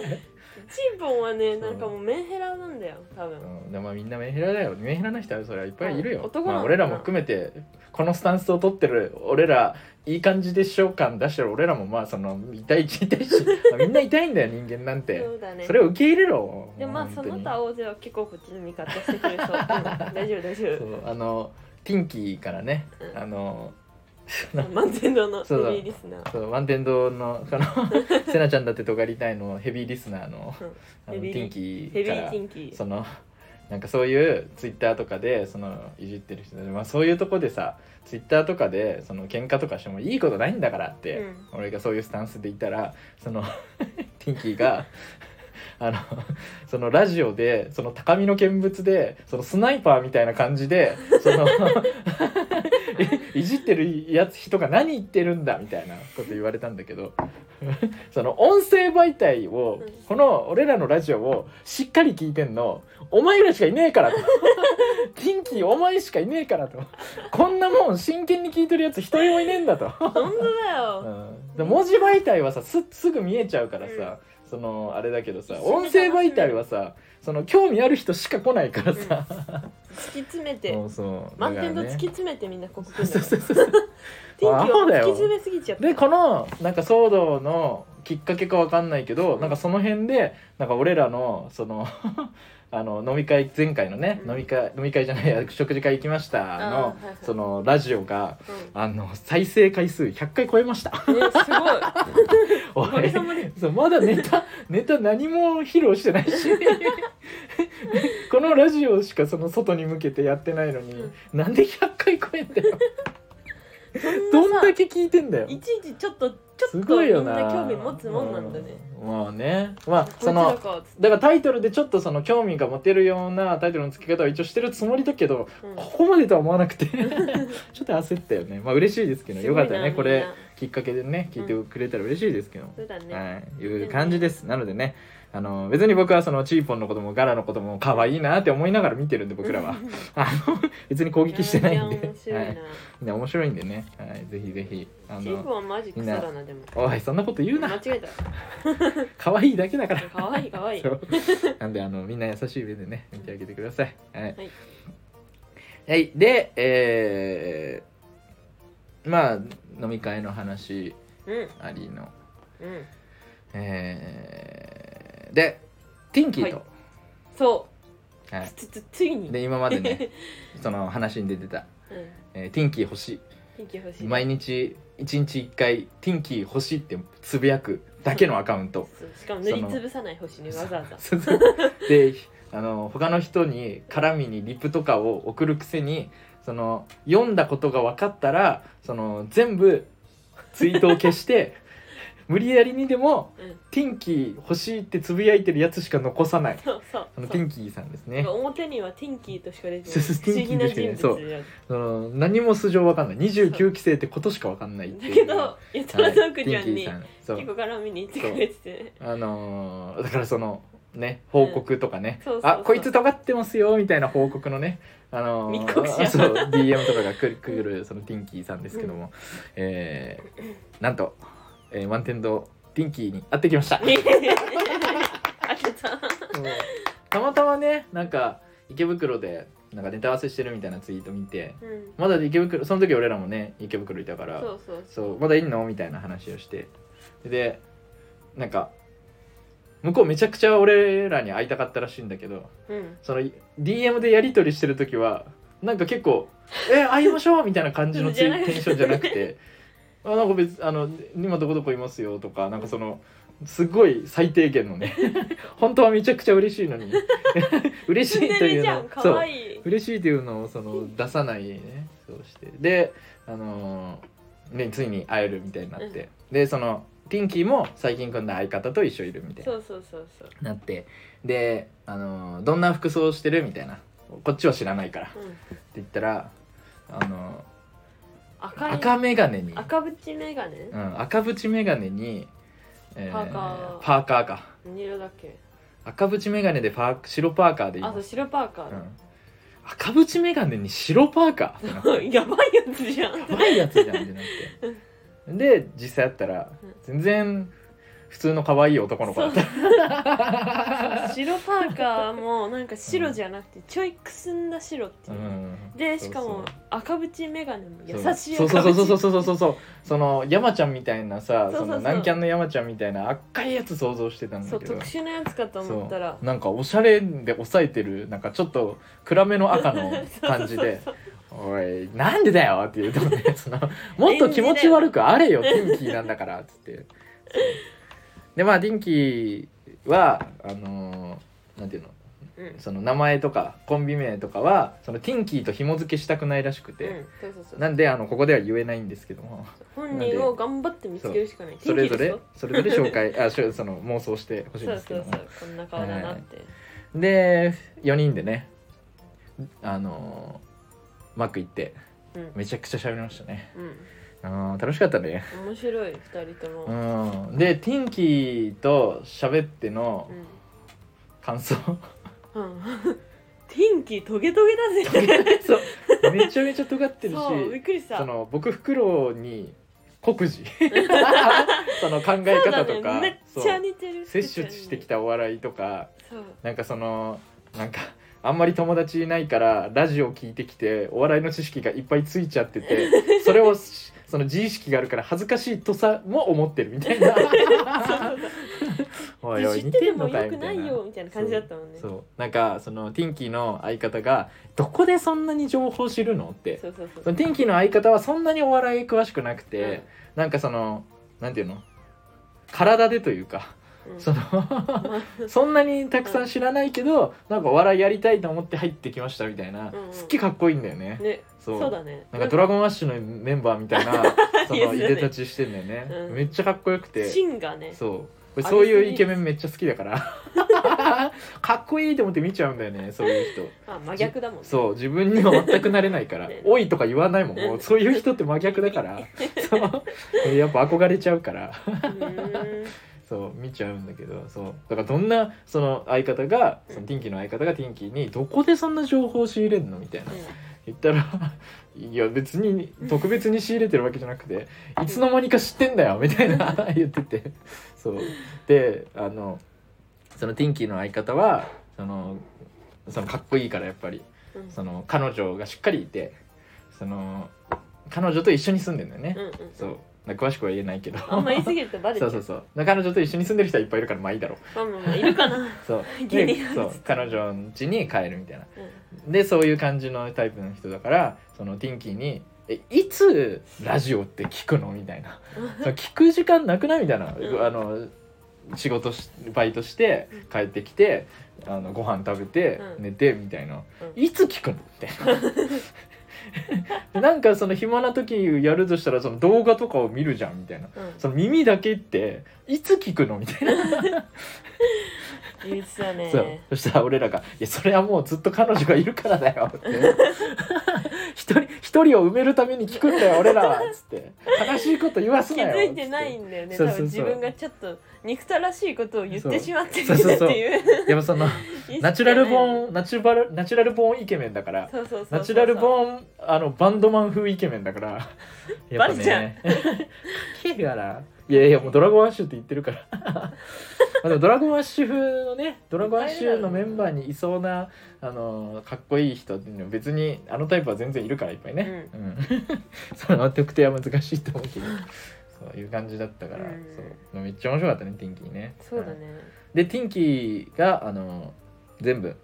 Speaker 2: チーポンはねなんかもうメンヘラなんだよ多分
Speaker 1: うん、でもみんなメンヘラだよメンヘラな人はそれはいっぱいいるよ、
Speaker 2: うん男なのかな
Speaker 1: まあ、俺らも含めてこのスタンスを取ってる俺らいい感じでしょう感出してる俺らもまあその痛い痛い し、まあみんな痛いんだよ人間なんて
Speaker 2: そうだね
Speaker 1: それを受け入れろ
Speaker 2: でもまあそ
Speaker 1: 本当
Speaker 2: の
Speaker 1: に
Speaker 2: 他大勢は結構こっちの味方して くれそう、うん大丈夫大丈
Speaker 1: そ
Speaker 2: 夫
Speaker 1: うあのピンキーからね
Speaker 2: うん
Speaker 1: あの
Speaker 2: 満天堂の
Speaker 1: そうだ
Speaker 2: ヘビーリスナー
Speaker 1: そう満天堂のその セナちゃんだってとがりたいのヘビーリスナーの
Speaker 2: うん
Speaker 1: あ
Speaker 2: ヘ
Speaker 1: の
Speaker 2: ビー
Speaker 1: ピンキ
Speaker 2: ヘ
Speaker 1: ー
Speaker 2: ビ
Speaker 1: か
Speaker 2: ー
Speaker 1: ら
Speaker 2: ティンキー
Speaker 1: そのなんかそういうツイッターとかでそのいじってる人たち、まあ、そういうとこでさツイッターとかでその喧嘩とかしてもいいことないんだからって、
Speaker 2: うん
Speaker 1: 俺がそういうスタンスでいたらその ティンキーが。 あのそのラジオでその高みの見物でそのスナイパーみたいな感じでその いいじってるやつ人が何言ってるんだみたいなこと言われたんだけど その音声媒体を
Speaker 2: うん
Speaker 1: この俺らのラジオをしっかり聞いてんのお前らしかいねえからと ティンキーお前しかいねえからとこんなもん真剣に聞いてるやつ一人もいねえんだと。
Speaker 2: 本当だよ、
Speaker 1: うんで文字媒体はさすすぐ見えちゃうからさ、そのあれだけどさ音声媒体はさその興味ある人しか来ないからさ、
Speaker 2: 突き詰めて、
Speaker 1: そうそう
Speaker 2: 満点と
Speaker 1: だから
Speaker 2: 突
Speaker 1: ね
Speaker 2: き詰めてみんなここ来るんだ
Speaker 1: そう
Speaker 2: よ
Speaker 1: そうそうそう
Speaker 2: 天気は
Speaker 1: そうだ
Speaker 2: 突
Speaker 1: よ
Speaker 2: き詰めすぎちゃった
Speaker 1: でこのなんか騒動のきっかけかわかんないけどなんかその辺でなんか俺らのその あの飲み会前回のね、
Speaker 2: うん
Speaker 1: 飲み会飲み会じゃないや食事会行きましたの、
Speaker 2: あーはいはい
Speaker 1: そのラジオがあの再生回数100回超えました。
Speaker 2: うんねすご
Speaker 1: お
Speaker 2: い
Speaker 1: い
Speaker 2: おかげさまで
Speaker 1: そうまだネ タネタ何も披露してないしこのラジオしかその外に向けてやってないのに、なんで100回超えんだ よど
Speaker 2: そ
Speaker 1: ん
Speaker 2: なさ
Speaker 1: だけ聞いてんだよ
Speaker 2: いちいちちょっとちょ
Speaker 1: す
Speaker 2: っと
Speaker 1: ご
Speaker 2: み
Speaker 1: いよ
Speaker 2: ん
Speaker 1: な
Speaker 2: な興味持つもんなんだね、
Speaker 1: うんまあねまあ
Speaker 2: こっち
Speaker 1: そ
Speaker 2: だ
Speaker 1: の
Speaker 2: か
Speaker 1: だからタイトルでちょっとその興味が持てるようなタイトルの付け方は一応してるつもりだけど、
Speaker 2: うん
Speaker 1: ここまでとは思わなく てちょっと焦ったよねまあ嬉しいですけどよかったねこ
Speaker 2: みん
Speaker 1: れ
Speaker 2: な
Speaker 1: きっかけでね聞いてくれたら嬉しいですけど、
Speaker 2: そうだね、
Speaker 1: はい、いう感じです。なのでね、あの別に僕はそのチーポンのこともガラのことも可愛いなって思いながら見てるんで僕らは あの別に攻撃してないん
Speaker 2: めちゃ
Speaker 1: で
Speaker 2: めちゃ
Speaker 1: はい、
Speaker 2: 面白いな、
Speaker 1: ね面白いんでね、はい、ぜひぜひあ
Speaker 2: チープ
Speaker 1: の
Speaker 2: はマジ草だなでも
Speaker 1: おいそんなこと言う
Speaker 2: 間
Speaker 1: な
Speaker 2: 違えた
Speaker 1: 可愛いだけだから
Speaker 2: 可愛い可愛い
Speaker 1: そうなんであのみんな優しい目でね見てあげてくださいはい、はい
Speaker 2: い
Speaker 1: でえー、まあ飲み会の話
Speaker 2: うん
Speaker 1: ありの
Speaker 2: うん
Speaker 1: えー、でティンキーと、
Speaker 2: そ
Speaker 1: はいう
Speaker 2: つつついに
Speaker 1: で今までねその話に出てた、
Speaker 2: うん
Speaker 1: えーティンキー欲し
Speaker 2: 天気欲し
Speaker 1: い
Speaker 2: い
Speaker 1: 毎日一日一回ティンキー欲しいってつぶやくだけのアカウン ト
Speaker 2: そうしかも塗りつぶさない星ねわざわざ
Speaker 1: そうそうそうであの他の人に絡みにリプとかを送るくせにその読んだことが分かったらその全部ツイートを消して 無理やりにでも
Speaker 2: うん
Speaker 1: 「ティンキー欲しい」ってつぶやいてるやつしか残さない
Speaker 2: そうそう
Speaker 1: その
Speaker 2: そ
Speaker 1: テ
Speaker 2: う
Speaker 1: ィンキーさんですね
Speaker 2: 表にはティンキーとしか出て
Speaker 1: そう
Speaker 2: ない
Speaker 1: そう
Speaker 2: 不思議
Speaker 1: テ
Speaker 2: な
Speaker 1: ィンキ
Speaker 2: 人
Speaker 1: ーとしか
Speaker 2: 物である
Speaker 1: その何も素性わかんない29期生ってことしかわかんないって
Speaker 2: だ
Speaker 1: い
Speaker 2: け
Speaker 1: う
Speaker 2: ど八つ
Speaker 1: はい
Speaker 2: のくちゃ
Speaker 1: テ
Speaker 2: んに
Speaker 1: ィ
Speaker 2: 結
Speaker 1: ンキーさんそう
Speaker 2: 構絡みに行ってくれて て
Speaker 1: あのーだからそのね報告とかね、
Speaker 2: うんそうそうそう
Speaker 1: あこいつ尖ってますよみたいな報告のねあのー
Speaker 2: 密告者
Speaker 1: そう DM とかがくるくるそのティンキーさんですけども、えーなんと、えー、満天堂ティンキーに会ってきましたもう
Speaker 2: あけた
Speaker 1: たまたまねなんか池袋でなんかネタ合わせしてるみたいなツイート見て
Speaker 2: うん
Speaker 1: まだ池袋その時俺らもね池袋いたから
Speaker 2: そうそう
Speaker 1: そうまだいんのみたいな話をしてでなんか向こうめちゃくちゃ俺らに会いたかったらしいんだけど
Speaker 2: うん
Speaker 1: その DM でやり取りしてる時はなんか結構「え会いましょう」みたいな感じのツイ
Speaker 2: じゃなくて
Speaker 1: テンションじゃなくて「あなんか別あの今どこどこいますよ」とかなんかそのすごい最低限 のね本当はめちゃくちゃ嬉しいのに嬉し
Speaker 2: ツン
Speaker 1: い
Speaker 2: デ
Speaker 1: とい
Speaker 2: レ
Speaker 1: う
Speaker 2: じ
Speaker 1: の
Speaker 2: ゃん可愛い
Speaker 1: 嬉しいというのをその出さないねそうしてであのーねついに会えるみたいになって、でそのティンキーも最近こんな相方と一緒いるみたい
Speaker 2: そうそうそうそう
Speaker 1: ななってで、あのーどんな服装してる?」みたいな「こっちは知らないから」って
Speaker 2: うん
Speaker 1: 言ったら、あの
Speaker 2: 赤
Speaker 1: ー
Speaker 2: い
Speaker 1: 赤眼鏡に、
Speaker 2: 赤縁メガネ
Speaker 1: うん、赤縁眼鏡に、え
Speaker 2: パーカー
Speaker 1: パーカーか
Speaker 2: 何色だっけ
Speaker 1: 赤縁眼鏡でパー白パーカーでいい
Speaker 2: あそう白パーカ
Speaker 1: うん、赤縁眼鏡に白パーカーってなって
Speaker 2: ーやばいやつじゃん
Speaker 1: やばいやつじゃんってなってで実際やったら
Speaker 2: うん
Speaker 1: 全然普通の可愛い男の子だった
Speaker 2: 白パーカーもなんか白じゃなくてちょいくすんだ白って
Speaker 1: う
Speaker 2: いう、
Speaker 1: ん
Speaker 2: でしか
Speaker 1: そうそ
Speaker 2: も
Speaker 1: う
Speaker 2: 赤縁メガネも優しい
Speaker 1: そうそう
Speaker 2: 赤
Speaker 1: そうそう
Speaker 2: 縁
Speaker 1: そうそうそうそうその山ちゃんみたいなさ
Speaker 2: そうそうそう
Speaker 1: その南キャンの山ちゃんみたいな赤いやつ想像してたん
Speaker 2: そ
Speaker 1: だ
Speaker 2: う
Speaker 1: けど
Speaker 2: 特殊なやつかと思ったら
Speaker 1: そうなんかおしゃれで抑えてるなんかちょっと暗めの 赤の感じで
Speaker 2: そうそ
Speaker 1: 「
Speaker 2: う
Speaker 1: おいなんでだよ」って言うと ねその「もっと気持ち悪くあれよティンキーなんだから」っつってそうでまあティンキーはあのーなんていうの
Speaker 2: そううん
Speaker 1: その名前とかコンビ名とかはそのティンキーと紐付けしたくないらしく
Speaker 2: う
Speaker 1: て、
Speaker 2: んそうそうそう
Speaker 1: なんであのここでは言えないんですけども
Speaker 2: 本人を頑張って見つけるしかない
Speaker 1: それぞ
Speaker 2: 天気
Speaker 1: れ
Speaker 2: ですよ
Speaker 1: それぞれ紹介あしょその妄想してほしいん
Speaker 2: そ
Speaker 1: で
Speaker 2: う
Speaker 1: すけ
Speaker 2: そ
Speaker 1: ども
Speaker 2: うそうこんな顔だなって、
Speaker 1: で4人でねあのーマック行って
Speaker 2: うん
Speaker 1: めちゃくちゃ喋りましたね、う
Speaker 2: う
Speaker 1: ん、楽しかったね
Speaker 2: ん面白い二人とも、
Speaker 1: うん、でティンキーと喋っての
Speaker 2: うん
Speaker 1: 感想
Speaker 2: うん、 天気トゲトゲだぜ
Speaker 1: そうめちゃめちゃ尖ってるし
Speaker 2: そうびっくりした
Speaker 1: その僕フクロウに 酷似その考え方と
Speaker 2: そうだ
Speaker 1: か
Speaker 2: ね、めっちゃ似てる
Speaker 1: そう摂取してきたお笑いとか
Speaker 2: そう
Speaker 1: なんかそのなんかあんまり友達いないからラジオ聞いてきてお笑いの知識がいっぱいついちゃって てそれをしその自意識があるから恥ずかしいとさも思ってるみた いなおいおい
Speaker 2: 知っ
Speaker 1: 似
Speaker 2: てて
Speaker 1: てん
Speaker 2: も
Speaker 1: のか
Speaker 2: よ
Speaker 1: よ
Speaker 2: く
Speaker 1: み
Speaker 2: な
Speaker 1: たい
Speaker 2: い
Speaker 1: な
Speaker 2: よみたいな感じだったもんね
Speaker 1: そうなんかそのティンキーの相方が「どこでそんなに情報知るの?」って
Speaker 2: そうそうそう
Speaker 1: その天気の相方はそんなにお笑い詳しくなくて、なんかそのなんていうの体でというか、
Speaker 2: うんうん
Speaker 1: その そんなにたくさん知らないけど、なんかお笑いやりたいと思って入ってきましたみたいな、
Speaker 2: うんうん
Speaker 1: すっげえかっこいいんだよね。
Speaker 2: ね
Speaker 1: そう
Speaker 2: そうだね
Speaker 1: なんかドラゴンアッシュのメンバーみたい なそ
Speaker 2: いや
Speaker 1: の
Speaker 2: そう
Speaker 1: い
Speaker 2: だね
Speaker 1: でたちしてんだよね、
Speaker 2: うん
Speaker 1: めっちゃかっこよくて
Speaker 2: 芯がね
Speaker 1: そう俺
Speaker 2: あ
Speaker 1: そう
Speaker 2: れす
Speaker 1: い
Speaker 2: ご
Speaker 1: う
Speaker 2: い
Speaker 1: イケメンめっちゃ好きだから かっこいいと思って見ちゃうんだよねそういう人
Speaker 2: あ真逆だもんね
Speaker 1: そう自分には全くなれないから
Speaker 2: ね
Speaker 1: 「おい」とか言わないもんもうそういう人って真逆だからそうやっぱ憧れちゃうから
Speaker 2: うーん
Speaker 1: そう見ちゃうんだけどそうだからどんなその相方がそのティンキーの相方がティンキーに「どこでそんな情報を仕入れるの?」みたいな言ったら 「いや別に特別に仕入れてるわけじゃなくていつの間にか知ってんだよ」みたいな 言っててそうであのそのティンキーの相方はそのそのかっこいいからやっぱり
Speaker 2: うんうん
Speaker 1: その彼女がしっかりいてその彼女と一緒に住んでんだよね、
Speaker 2: うんうん
Speaker 1: そう詳しくは言えないけど
Speaker 2: あんま言い過ぎるとバレち
Speaker 1: そ
Speaker 2: ゃ
Speaker 1: う
Speaker 2: う
Speaker 1: そうそう彼女と一緒に住んでる人はいっぱいいるからまあいいだろう
Speaker 2: まあまあまあいるかな、うん、
Speaker 1: そう
Speaker 2: 芸
Speaker 1: で
Speaker 2: 人なんです
Speaker 1: そう彼女の家に帰るみたいなでそういう感じのタイプの人だからそのティンキーに「えいつラジオって聞くの?」みたいな「その聞く時間なくない?」みたいな、
Speaker 2: うん
Speaker 1: あの仕事しバイトして帰ってきてあのご飯食べて
Speaker 2: うん
Speaker 1: 寝てみたいな「
Speaker 2: うん
Speaker 1: いつ聞くの?」みたい ななんかその暇な時やるとしたらその動画とかを見るじゃんみたいな
Speaker 2: うん
Speaker 1: その耳だけっていつ聞くのみたいな
Speaker 2: 憂鬱だね
Speaker 1: そうそしたら俺らが「いやそれはもうずっと彼女がいるからだよ」って 「一人一人を埋めるために聞くんだよ俺らは」っつって「悲しいこと言わす
Speaker 2: 気
Speaker 1: なよ」
Speaker 2: づいてないんだよね多
Speaker 1: そうそうそ
Speaker 2: 分
Speaker 1: う
Speaker 2: 自分がちょっと憎たらしいことを言ってしまってる
Speaker 1: そ
Speaker 2: っ
Speaker 1: う
Speaker 2: て
Speaker 1: そうそう
Speaker 2: いう
Speaker 1: でもそ のナチュラルボーンナチュラルナチュラルボーンイケメンだから
Speaker 2: そうそうそうそう
Speaker 1: ナチュラルボーンあのバンドマン風イケメンだ からやっぱ
Speaker 2: バレちゃう
Speaker 1: ねかけるから いやいやもうドラゴンアッシュって言ってるから まあでもドラゴンアッシュ風のねドラゴンアッシュのメンバーにいそうなあのかっこいい人っていうのは別にあのタイプは全然いるからいっぱいね、うん その特定は難しいと思うけどそういう感じだったから、
Speaker 2: うん
Speaker 1: そうめっちゃ面白かったねティンキーね
Speaker 2: そうだ
Speaker 1: ん
Speaker 2: ね
Speaker 1: でティンキーがあの全部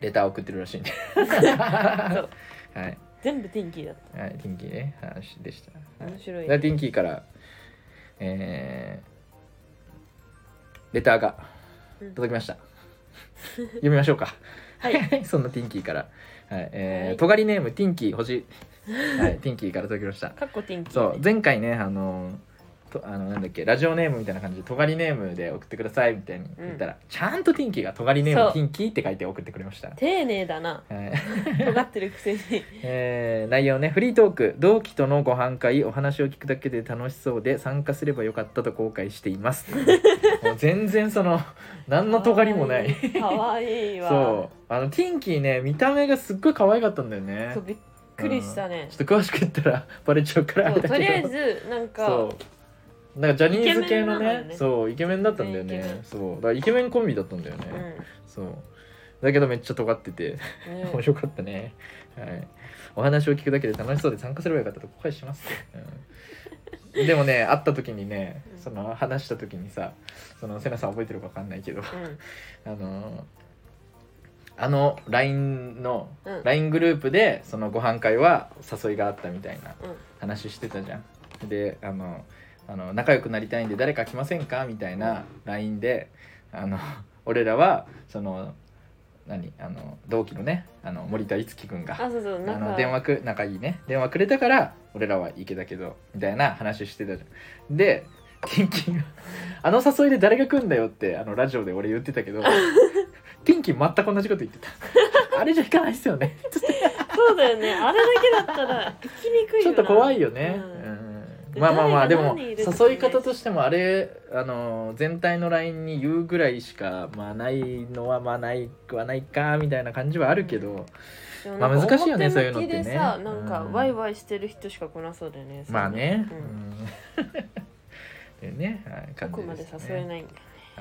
Speaker 1: レター送ってるら しいんではい
Speaker 2: 全部天気だっ
Speaker 1: はい、ティンキーね、話でした。
Speaker 2: た面白い
Speaker 1: ラティンキーから、えーレターが
Speaker 2: うん
Speaker 1: 届きました。読みましょう か。
Speaker 2: は
Speaker 1: そんなティンキーから、はい、え
Speaker 2: は
Speaker 1: ー、
Speaker 2: い
Speaker 1: とがりネームティンキー星、はい、ティンキーから届きました。
Speaker 2: かっこ天気
Speaker 1: そう、前回ね、あのとあのなんだっけラジオネームみたいな感じでとがりネームで送ってくださいみたいに言ったら、ちゃんとティンキーがとがりネー
Speaker 2: そ
Speaker 1: ム
Speaker 2: う
Speaker 1: ティンキーって書いて送ってくれました。
Speaker 2: 丁寧だな
Speaker 1: はい
Speaker 2: 尖ってる くせに
Speaker 1: えー内容ねフリートーク同期とのご飯会お話を聞くだけで楽しそうで参加すればよかったと後悔しています もう全然その何の尖りもない
Speaker 2: かわいいわ
Speaker 1: そうあのティンキーね見た目がすっごい可愛かったんだよね
Speaker 2: そうびっくりしたね
Speaker 1: ちょっと詳しく言ったらバレちゃうから
Speaker 2: そう
Speaker 1: れ
Speaker 2: と
Speaker 1: だけ
Speaker 2: り
Speaker 1: ど
Speaker 2: あえずなんか
Speaker 1: そうなんかジャニーズ系の
Speaker 2: イケメンなのよ
Speaker 1: ね
Speaker 2: ね
Speaker 1: そうイケメンだったんだよ
Speaker 2: 全然イケ
Speaker 1: ね
Speaker 2: メン
Speaker 1: そうだからイケメンコンビだったんだよね、
Speaker 2: うんね
Speaker 1: そうだけどめっちゃ尖ってて面 白かったね。はい。お話を聞くだけで楽しそうで参加すればよかったと後悔します。うん、でもね、会った時にね、その話した時にさ、そのセナさん覚えてるかわかんないけど、あのあの LINE の
Speaker 2: うん
Speaker 1: LINE グループでそのご飯会は誘いがあったみたいな
Speaker 2: うんうん
Speaker 1: 話してたじゃん。で、あのあの仲良くなりたいんで誰か来ませんかみたいな LINE で、あの 俺らはその何あの同期のねあの森田樹くんが
Speaker 2: あそうそう
Speaker 1: あ
Speaker 2: なん
Speaker 1: の
Speaker 2: か
Speaker 1: 電話く仲いいね電話くれたから俺らは池だけどみたいな話してたじゃんでティンキーが 「あの誘いで誰が来んだよ」ってあのラジオで俺言って たけどティンキー全く同じこと言ってた「あれじゃ行かないっすよね」ちょっ
Speaker 2: そうだよねあれだけだったら行きにく
Speaker 1: と
Speaker 2: いよな
Speaker 1: ちょっと怖いよね、
Speaker 2: うん
Speaker 1: うんまあまあまあで
Speaker 2: 誰が
Speaker 1: も
Speaker 2: 何いるとかね
Speaker 1: 誘い方としてもあれあの全体の LINE に言うぐらいしかまあないのはまあないくはないかみたいな感じはあるけど、
Speaker 2: でも
Speaker 1: まあ
Speaker 2: なんか
Speaker 1: 難しいよねそういうのってね
Speaker 2: 表向きでさなんか
Speaker 1: うん
Speaker 2: ワイワイしてる人しか来なそうだよね
Speaker 1: まあね。
Speaker 2: う
Speaker 1: うんんで ね、はい、
Speaker 2: ど
Speaker 1: 感
Speaker 2: こ
Speaker 1: じ
Speaker 2: ま
Speaker 1: で、
Speaker 2: です誘え
Speaker 1: ね。
Speaker 2: ないんだ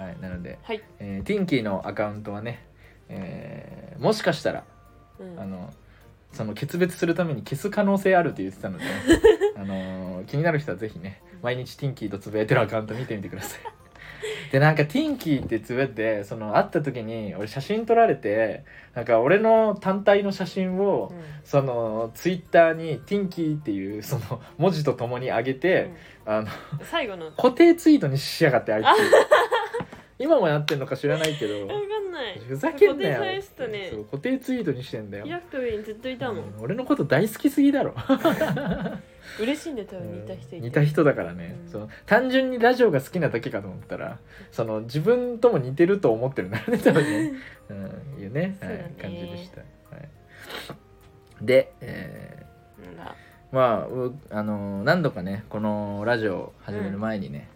Speaker 1: はい、なので、
Speaker 2: はい
Speaker 1: えーティンキーのアカウントはね、えーもしかしたら、
Speaker 2: うん
Speaker 1: あの。その決別するために消す可能性あるって言ってた ので、あのー気になる人はぜひね毎日ティンキーとつぶやいてるアカウント見てみてください。でなんかティンキーってつぶやいてその会った時に俺写真撮られてなんか俺の単体の写真を
Speaker 2: うん
Speaker 1: そのツイッターに「ティンキー」っていうその文字とともに上げて、あの
Speaker 2: うん最後のわ
Speaker 1: 固定ツイートにしやが ってあいつ今もやってんのか知らないけど
Speaker 2: かんない
Speaker 1: ふざけんなよ
Speaker 2: 固定されてたね
Speaker 1: そう固定ツイートにしてんだよ
Speaker 2: ヤフト上にずっといたも
Speaker 1: うん
Speaker 2: ん
Speaker 1: 俺のこと大好きすぎだろ
Speaker 2: 嬉しいんで多分似た人いて
Speaker 1: 似た人だからね、
Speaker 2: うん
Speaker 1: そう単純にラジオが好きなだけかと思ったらその自分とも似てると思ってるんだろうね多分 ね、うん、いうね,、
Speaker 2: そう
Speaker 1: は
Speaker 2: だ
Speaker 1: い
Speaker 2: ね
Speaker 1: 感じでした、はい、で、えー
Speaker 2: なんだ
Speaker 1: まあうあのー何度かねこのラジオを始める前にね、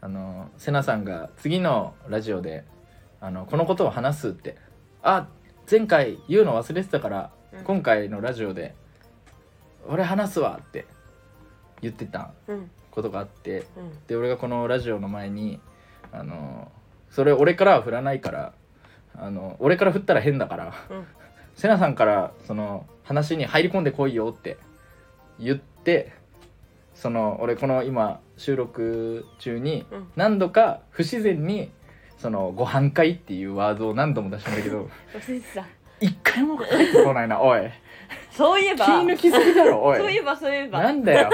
Speaker 1: あのセナさんが次のラジオであのこのことを話すってあ前回言うの忘れてたから、
Speaker 2: うん
Speaker 1: 今回のラジオで俺話すわって言ってた
Speaker 2: うん
Speaker 1: ことがあって
Speaker 2: うん
Speaker 1: で俺がこのラジオの前にあのそれ俺からは振らないからあの俺から振ったら変だから
Speaker 2: うん
Speaker 1: セナさんからその話に入り込んでこいよって言ってその俺この今収録中に
Speaker 2: うん
Speaker 1: 何度か不自然にその「ご飯会」っていうワードを何度も出したんだけど
Speaker 2: 忘れてた
Speaker 1: 一回も入ってこないなおい
Speaker 2: そういえ
Speaker 1: 気
Speaker 2: ば
Speaker 1: 抜きすぎだろお
Speaker 2: そうい
Speaker 1: い
Speaker 2: えばそういえば
Speaker 1: なん だよ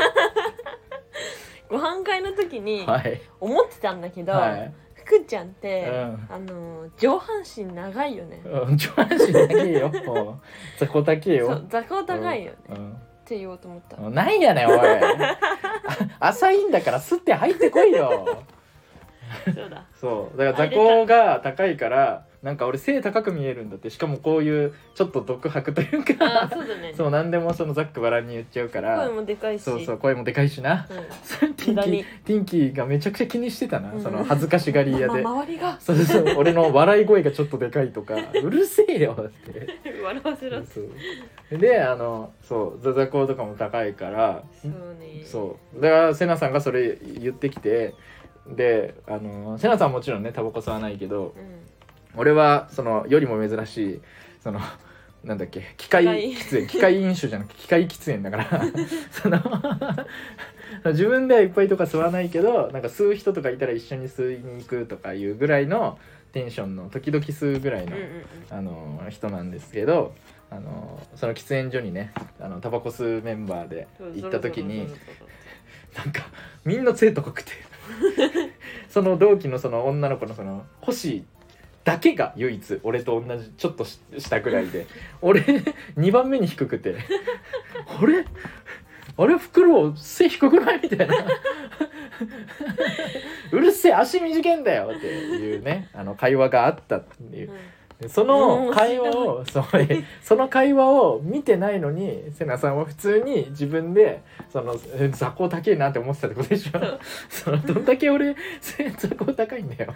Speaker 2: ご飯会の時に
Speaker 1: はい
Speaker 2: 思ってたんだけど、
Speaker 1: はい
Speaker 2: 福ちゃんって、
Speaker 1: うん
Speaker 2: あのー上半身長いよね
Speaker 1: うん上半身だけよもう雑魚だけ
Speaker 2: そ
Speaker 1: よ
Speaker 2: う座高高いよね、
Speaker 1: うん
Speaker 2: って言おうと思った、
Speaker 1: うんなんやねんおいあ浅いんだからすって入ってこいよ
Speaker 2: そうだ
Speaker 1: そうだから座高が高いからなんか俺背高く見えるんだってしかもこういうちょっと独白という
Speaker 2: あ
Speaker 1: か
Speaker 2: ーそうだ ね
Speaker 1: そう何でもそのざっくばらんに言っちゃうから
Speaker 2: 声もでかいし
Speaker 1: そうそう声もでかいしな
Speaker 2: うん
Speaker 1: そうティンキ
Speaker 2: 無駄に
Speaker 1: ーティンキーがめちゃくちゃ気にしてたな、
Speaker 2: うん
Speaker 1: その恥ずかしがり屋で
Speaker 2: ま周りが
Speaker 1: そうそう俺の笑い声がちょっとでかいとかうるせえよって
Speaker 2: 笑わせろそ
Speaker 1: そうであのそう座座高とかも高いから
Speaker 2: うね
Speaker 1: そうだからセナさんがそれ言ってきてであのセナさんはもちろんねタバコ吸わないけど
Speaker 2: うん
Speaker 1: 俺はそのよりも珍しいそのなんだっけ機械
Speaker 2: 機械
Speaker 1: 喫煙機械飲酒じゃなくて機械喫煙だから その 自分ではいっぱいとか吸わないけどなんか吸う人とかいたら一緒に吸いに行くとかいうぐらいのテンションの時々吸うぐらい
Speaker 2: うん
Speaker 1: の
Speaker 2: うんうん
Speaker 1: あの人なんですけどあのその喫煙所にねあのタバコ吸うメンバーで
Speaker 2: そう
Speaker 1: 行った時に
Speaker 2: ゾロゾロゾロゾロ
Speaker 1: なんかみんな背高くてその同期のその女の子のその星だけが唯一俺と同じちょっとし下ぐらいで俺2番目に低くてあれあれ袋背低くないみたいなうるせえ足短いんだよっていうねあの会話があったっていう
Speaker 2: うん
Speaker 1: でその会話をそうえその会話を見てないのに瀬名さんは普通に自分でそのえ雑魚高いなって思ってたってことでしょそのどんだけ俺せ雑魚高いんだ よ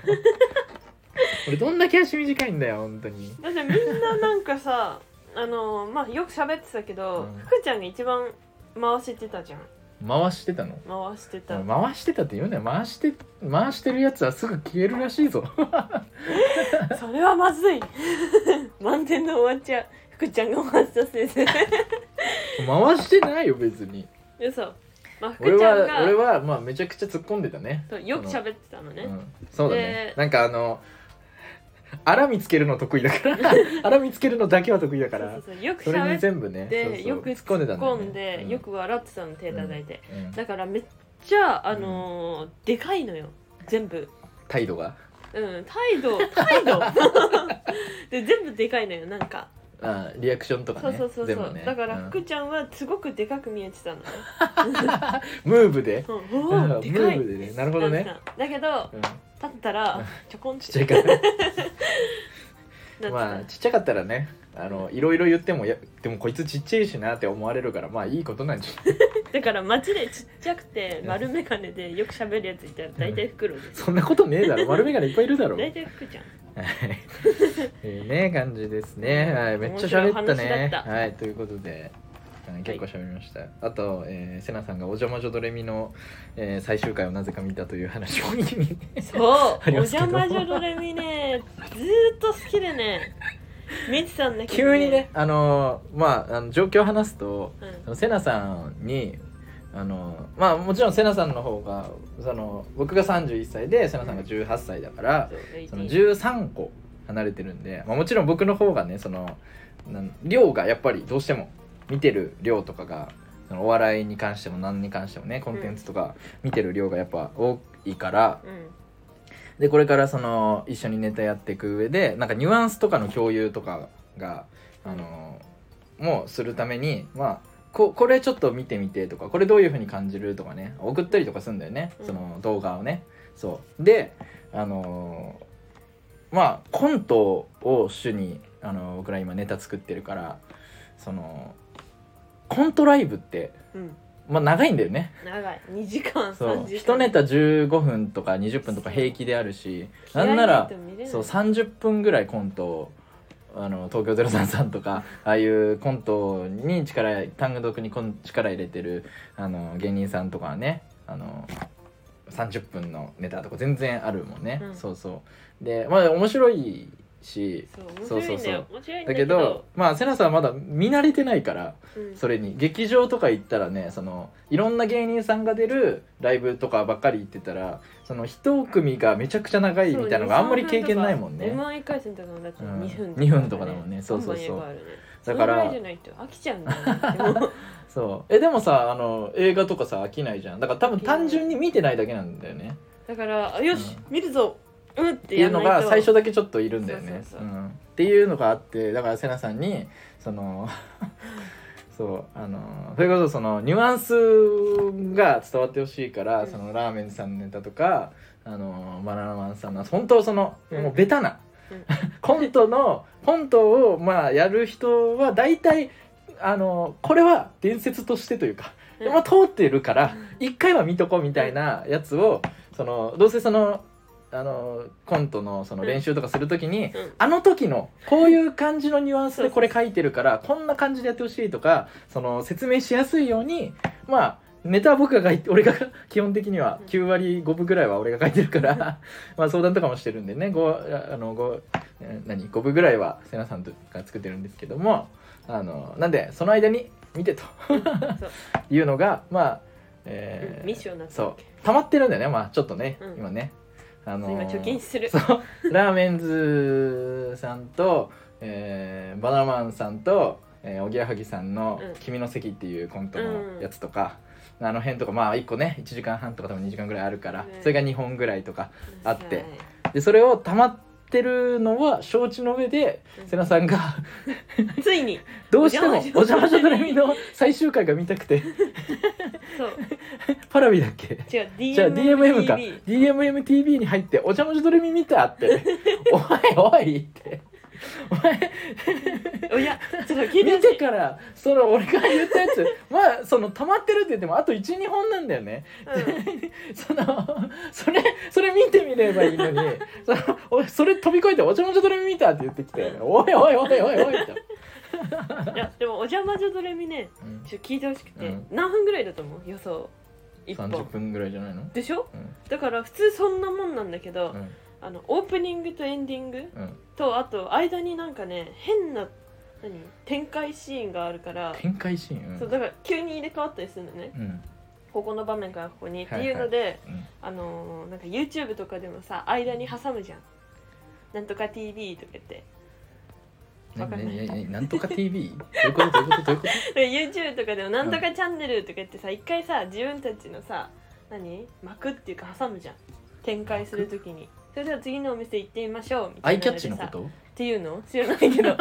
Speaker 1: 俺どんだけ足短いんだよ本当に
Speaker 2: だってみんななんかさ あのまあよく喋ってたけど、
Speaker 1: うん
Speaker 2: 福ちゃんが一番回してたじゃん
Speaker 1: 回してたの
Speaker 2: 回してた
Speaker 1: 回してたって言うなよ回して回してるやつはすぐ消えるらしいぞ
Speaker 2: それはまずい 満点で終わっちゃう福ちゃんが回したせ いで
Speaker 1: 回してないよ別に
Speaker 2: 嘘まあ福
Speaker 1: 俺
Speaker 2: ちゃん
Speaker 1: は俺
Speaker 2: が
Speaker 1: はまあめちゃくちゃ突っ込んでたね
Speaker 2: そうよく喋ってたのね、
Speaker 1: うん、そうだね
Speaker 2: で
Speaker 1: なんかあのあら見つけるの得意だから あら見つけるのだけは得意だか
Speaker 2: そ
Speaker 1: ら
Speaker 2: うそうそうよく
Speaker 1: それ
Speaker 2: 喋
Speaker 1: に
Speaker 2: って
Speaker 1: 全部ねそうそう
Speaker 2: よく突っ
Speaker 1: 突っ込んでただよね
Speaker 2: 込んで、
Speaker 1: うん
Speaker 2: よく笑ってたの手叩いて、
Speaker 1: うん
Speaker 2: だからめっちゃあのーでかいのよ全部
Speaker 1: 態度が
Speaker 2: うん態度 態度で全部でかいのよなんか
Speaker 1: あリアクションとか
Speaker 2: そう
Speaker 1: ね
Speaker 2: そうそう
Speaker 1: 全
Speaker 2: そ
Speaker 1: 部
Speaker 2: う、
Speaker 1: ね
Speaker 2: だか
Speaker 1: う
Speaker 2: ら
Speaker 1: ん
Speaker 2: 福ちゃんはすごくでかく見えてた のね、
Speaker 1: ムーブで
Speaker 2: うん、
Speaker 1: う
Speaker 2: お
Speaker 1: んム
Speaker 2: ーでかい
Speaker 1: ーブでねなるほどね
Speaker 2: な、んかだけど
Speaker 1: うん、
Speaker 2: 立ったらちょこんって
Speaker 1: ちっちゃいから
Speaker 2: なってた
Speaker 1: まあちっちゃかったらねあのいろいろ言ってもいやでもこいつちっちゃいしなって思われるからまあいいことなんじゃない
Speaker 2: だから街でちっちゃくて丸眼鏡でよく喋るやついたら大体袋で
Speaker 1: そんなことねえだろ丸眼鏡いっぱいいるだろ
Speaker 2: 大体服ちゃん
Speaker 1: はい、 えーね感じですね、はい、めっちゃ喋ったねはいということであの結構喋りました、あと、えー、セナさんが「おじゃまじょドレミの」えー最終回をなぜか見たという話を
Speaker 2: そう
Speaker 1: あり
Speaker 2: お
Speaker 1: ますけど
Speaker 2: 邪魔女ドレミねずーっと好きでね見てたんだけど、
Speaker 1: 急にねあのーまああの状況を話すと
Speaker 2: うん、
Speaker 1: あのセナさんにあのーまあもちろんセナさんの方がその僕が31歳でセナさんが18歳だから、
Speaker 2: そう18
Speaker 1: その13個離れてるんで、まあ、もちろん僕の方がねそのなん量がやっぱりどうしても見てる量とかがそのお笑いに関しても何に関してもねコンテンツとか見てる量がやっぱ多いから
Speaker 2: うん
Speaker 1: でこれからその一緒にネタやっていく上でなんかニュアンスとかの共有とかがあのもうするためにまあここれちょっと見てみてとかこれどういう風に感じるとかね送ったりとかするんだよね、
Speaker 2: うん
Speaker 1: その動画をねそうであのまあコントを主にあの僕ら今ネタ作ってるからそのコントライブって
Speaker 2: うん
Speaker 1: まあ長いんだよね
Speaker 2: 長い2時間
Speaker 1: そう
Speaker 2: 3時
Speaker 1: 1
Speaker 2: 間
Speaker 1: ネタ15分とか20分とか平気であるしなんならそう30分ぐらいコントをあの東京033と かああいうコントに力単独にこん力入れてるあの芸人さんとかはねあの30分のネタとか全然あるもんね、
Speaker 2: うん
Speaker 1: そうそうでまあ面白いし
Speaker 2: そう面白いんだよ
Speaker 1: そう
Speaker 2: 面白いん
Speaker 1: だけ
Speaker 2: だけ
Speaker 1: ど
Speaker 2: ど、
Speaker 1: まあ瀬名さんまだ見慣れてないから
Speaker 2: うん
Speaker 1: それに劇場とか行ったらねそのいろんな芸人さんが出るライブとかばっかり行ってたらその一組がめちゃくちゃ長いみたいなのがあんまり経験ないもんね
Speaker 2: m 1回戦とかもだって2分、
Speaker 1: うん2分とかだもんねそうそうそう
Speaker 2: 看板映画あるね
Speaker 1: だか
Speaker 2: そのぐい
Speaker 1: ら
Speaker 2: じゃないと飽きちゃうんだ よね
Speaker 1: そうえでもさあの映画とかさ飽きないじゃんだから多分単純に見てないだけなんだよね
Speaker 2: だからあよし、見るぞうんっ
Speaker 1: って
Speaker 2: て
Speaker 1: い
Speaker 2: や
Speaker 1: うん
Speaker 2: な
Speaker 1: の
Speaker 2: いと
Speaker 1: が最初だけちょっといるんだよね
Speaker 2: そううそうそうん
Speaker 1: っていうのがあってだからセナさんにその そうあのそれこそそのニュアンスが伝わってほしいから、
Speaker 2: うん
Speaker 1: そのラーメンさんのネタとかあのバナナマンさんの本当その、もうベタな、
Speaker 2: うん
Speaker 1: コントのコントをまあやる人は大体あのこれは伝説としてというか、
Speaker 2: うん
Speaker 1: まあ、通ってるから一回は見とこうみたいなやつをそのどうせそのあのコントのその練習とかするときに、
Speaker 2: うん
Speaker 1: あの時のこういう感じのニュアンス
Speaker 2: そ
Speaker 1: で
Speaker 2: うそう
Speaker 1: これ書いてる からこんな感じでやってほしいとかその説明しやすいようにまあネタは僕が書いて俺が基本的には
Speaker 2: うん
Speaker 1: 9割5分ぐらいは俺が書いてるから まあ相談とかもしてるんでね5あの5何5分ぐらいは瀬名さんとか作ってるんですけどもあのなんでその間に見てと
Speaker 2: そう
Speaker 1: いうのがまあ、
Speaker 2: う
Speaker 1: え
Speaker 2: ん
Speaker 1: ー
Speaker 2: ミッションになった
Speaker 1: そう溜まってるんだよねまあちょっとね、
Speaker 2: うん
Speaker 1: 今ね。あのー
Speaker 2: 今貯金する
Speaker 1: そうラーメンズさんと、えーバナナマンさんと、えーおぎやはぎさんの
Speaker 2: うん
Speaker 1: 「君の席」っていうコントのやつとか、あの辺とかまあ1個ね1時間半とか多分2時間ぐらいあるから、
Speaker 2: ね
Speaker 1: それが2本ぐらいとかあって
Speaker 2: はい
Speaker 1: でそれを溜まってるのは承知の上で
Speaker 2: うん
Speaker 1: 瀬名さんが
Speaker 2: ついに
Speaker 1: どうしても「お
Speaker 2: お
Speaker 1: 邪
Speaker 2: 邪
Speaker 1: 魔
Speaker 2: 魔
Speaker 1: 女
Speaker 2: 女
Speaker 1: ド
Speaker 2: ド
Speaker 1: レ
Speaker 2: レ
Speaker 1: ミ」
Speaker 2: ミ
Speaker 1: の最終回が見たく て
Speaker 2: そう
Speaker 1: パラビだっけ
Speaker 2: 違う DMM
Speaker 1: じゃあ DMM か
Speaker 2: TV
Speaker 1: DMMTV に入って「お邪魔女ドレミ見た?」 って「お前おい」って「お前
Speaker 2: おやちょっと聞いて
Speaker 1: 見
Speaker 2: ほして
Speaker 1: からその俺が言ったやつまあその溜まってるって言ってもあと12本なんだよね
Speaker 2: いうん
Speaker 1: そのそれそれ見てみればいいのにそのおそれ飛び越えて「おちょもちょどれ見た」って言ってきて「おいおいおいおいおい」と。
Speaker 2: いやでもお邪魔女ドレミねちょっと聞いてほしくて、
Speaker 1: うん
Speaker 2: 何分ぐらいだと思う予想一
Speaker 1: 30
Speaker 2: 本
Speaker 1: 分ぐらいじゃないの
Speaker 2: でしょ
Speaker 1: うん
Speaker 2: だから普通そんなもんなんだけど、
Speaker 1: うん
Speaker 2: あのオープニングとエンディング
Speaker 1: うん
Speaker 2: とあと間になんかね変な何展開シーンがあるから、
Speaker 1: 展開シーン
Speaker 2: そう
Speaker 1: う
Speaker 2: だから急に入れ替わったりするのね
Speaker 1: んうん
Speaker 2: ここの場面からここに、
Speaker 1: はいはい
Speaker 2: っていうので
Speaker 1: うん
Speaker 2: あのーなんか YouTube とかでもさ間に挟むじゃんなんとか TV とか言ってわかんない
Speaker 1: ななななんとか TV? どういうことどういうことどういう こ
Speaker 2: で YouTube とかでもなんとかチャンネルとか言ってさ一回さ自分たちのさ何幕っていうか挟むじゃん展開するときにそれでは次のお店行ってみましょうみ
Speaker 1: と
Speaker 2: た
Speaker 1: ア
Speaker 2: い
Speaker 1: イ
Speaker 2: な
Speaker 1: キャッ
Speaker 2: のでさ
Speaker 1: チのこと
Speaker 2: っていうの知らないけ ど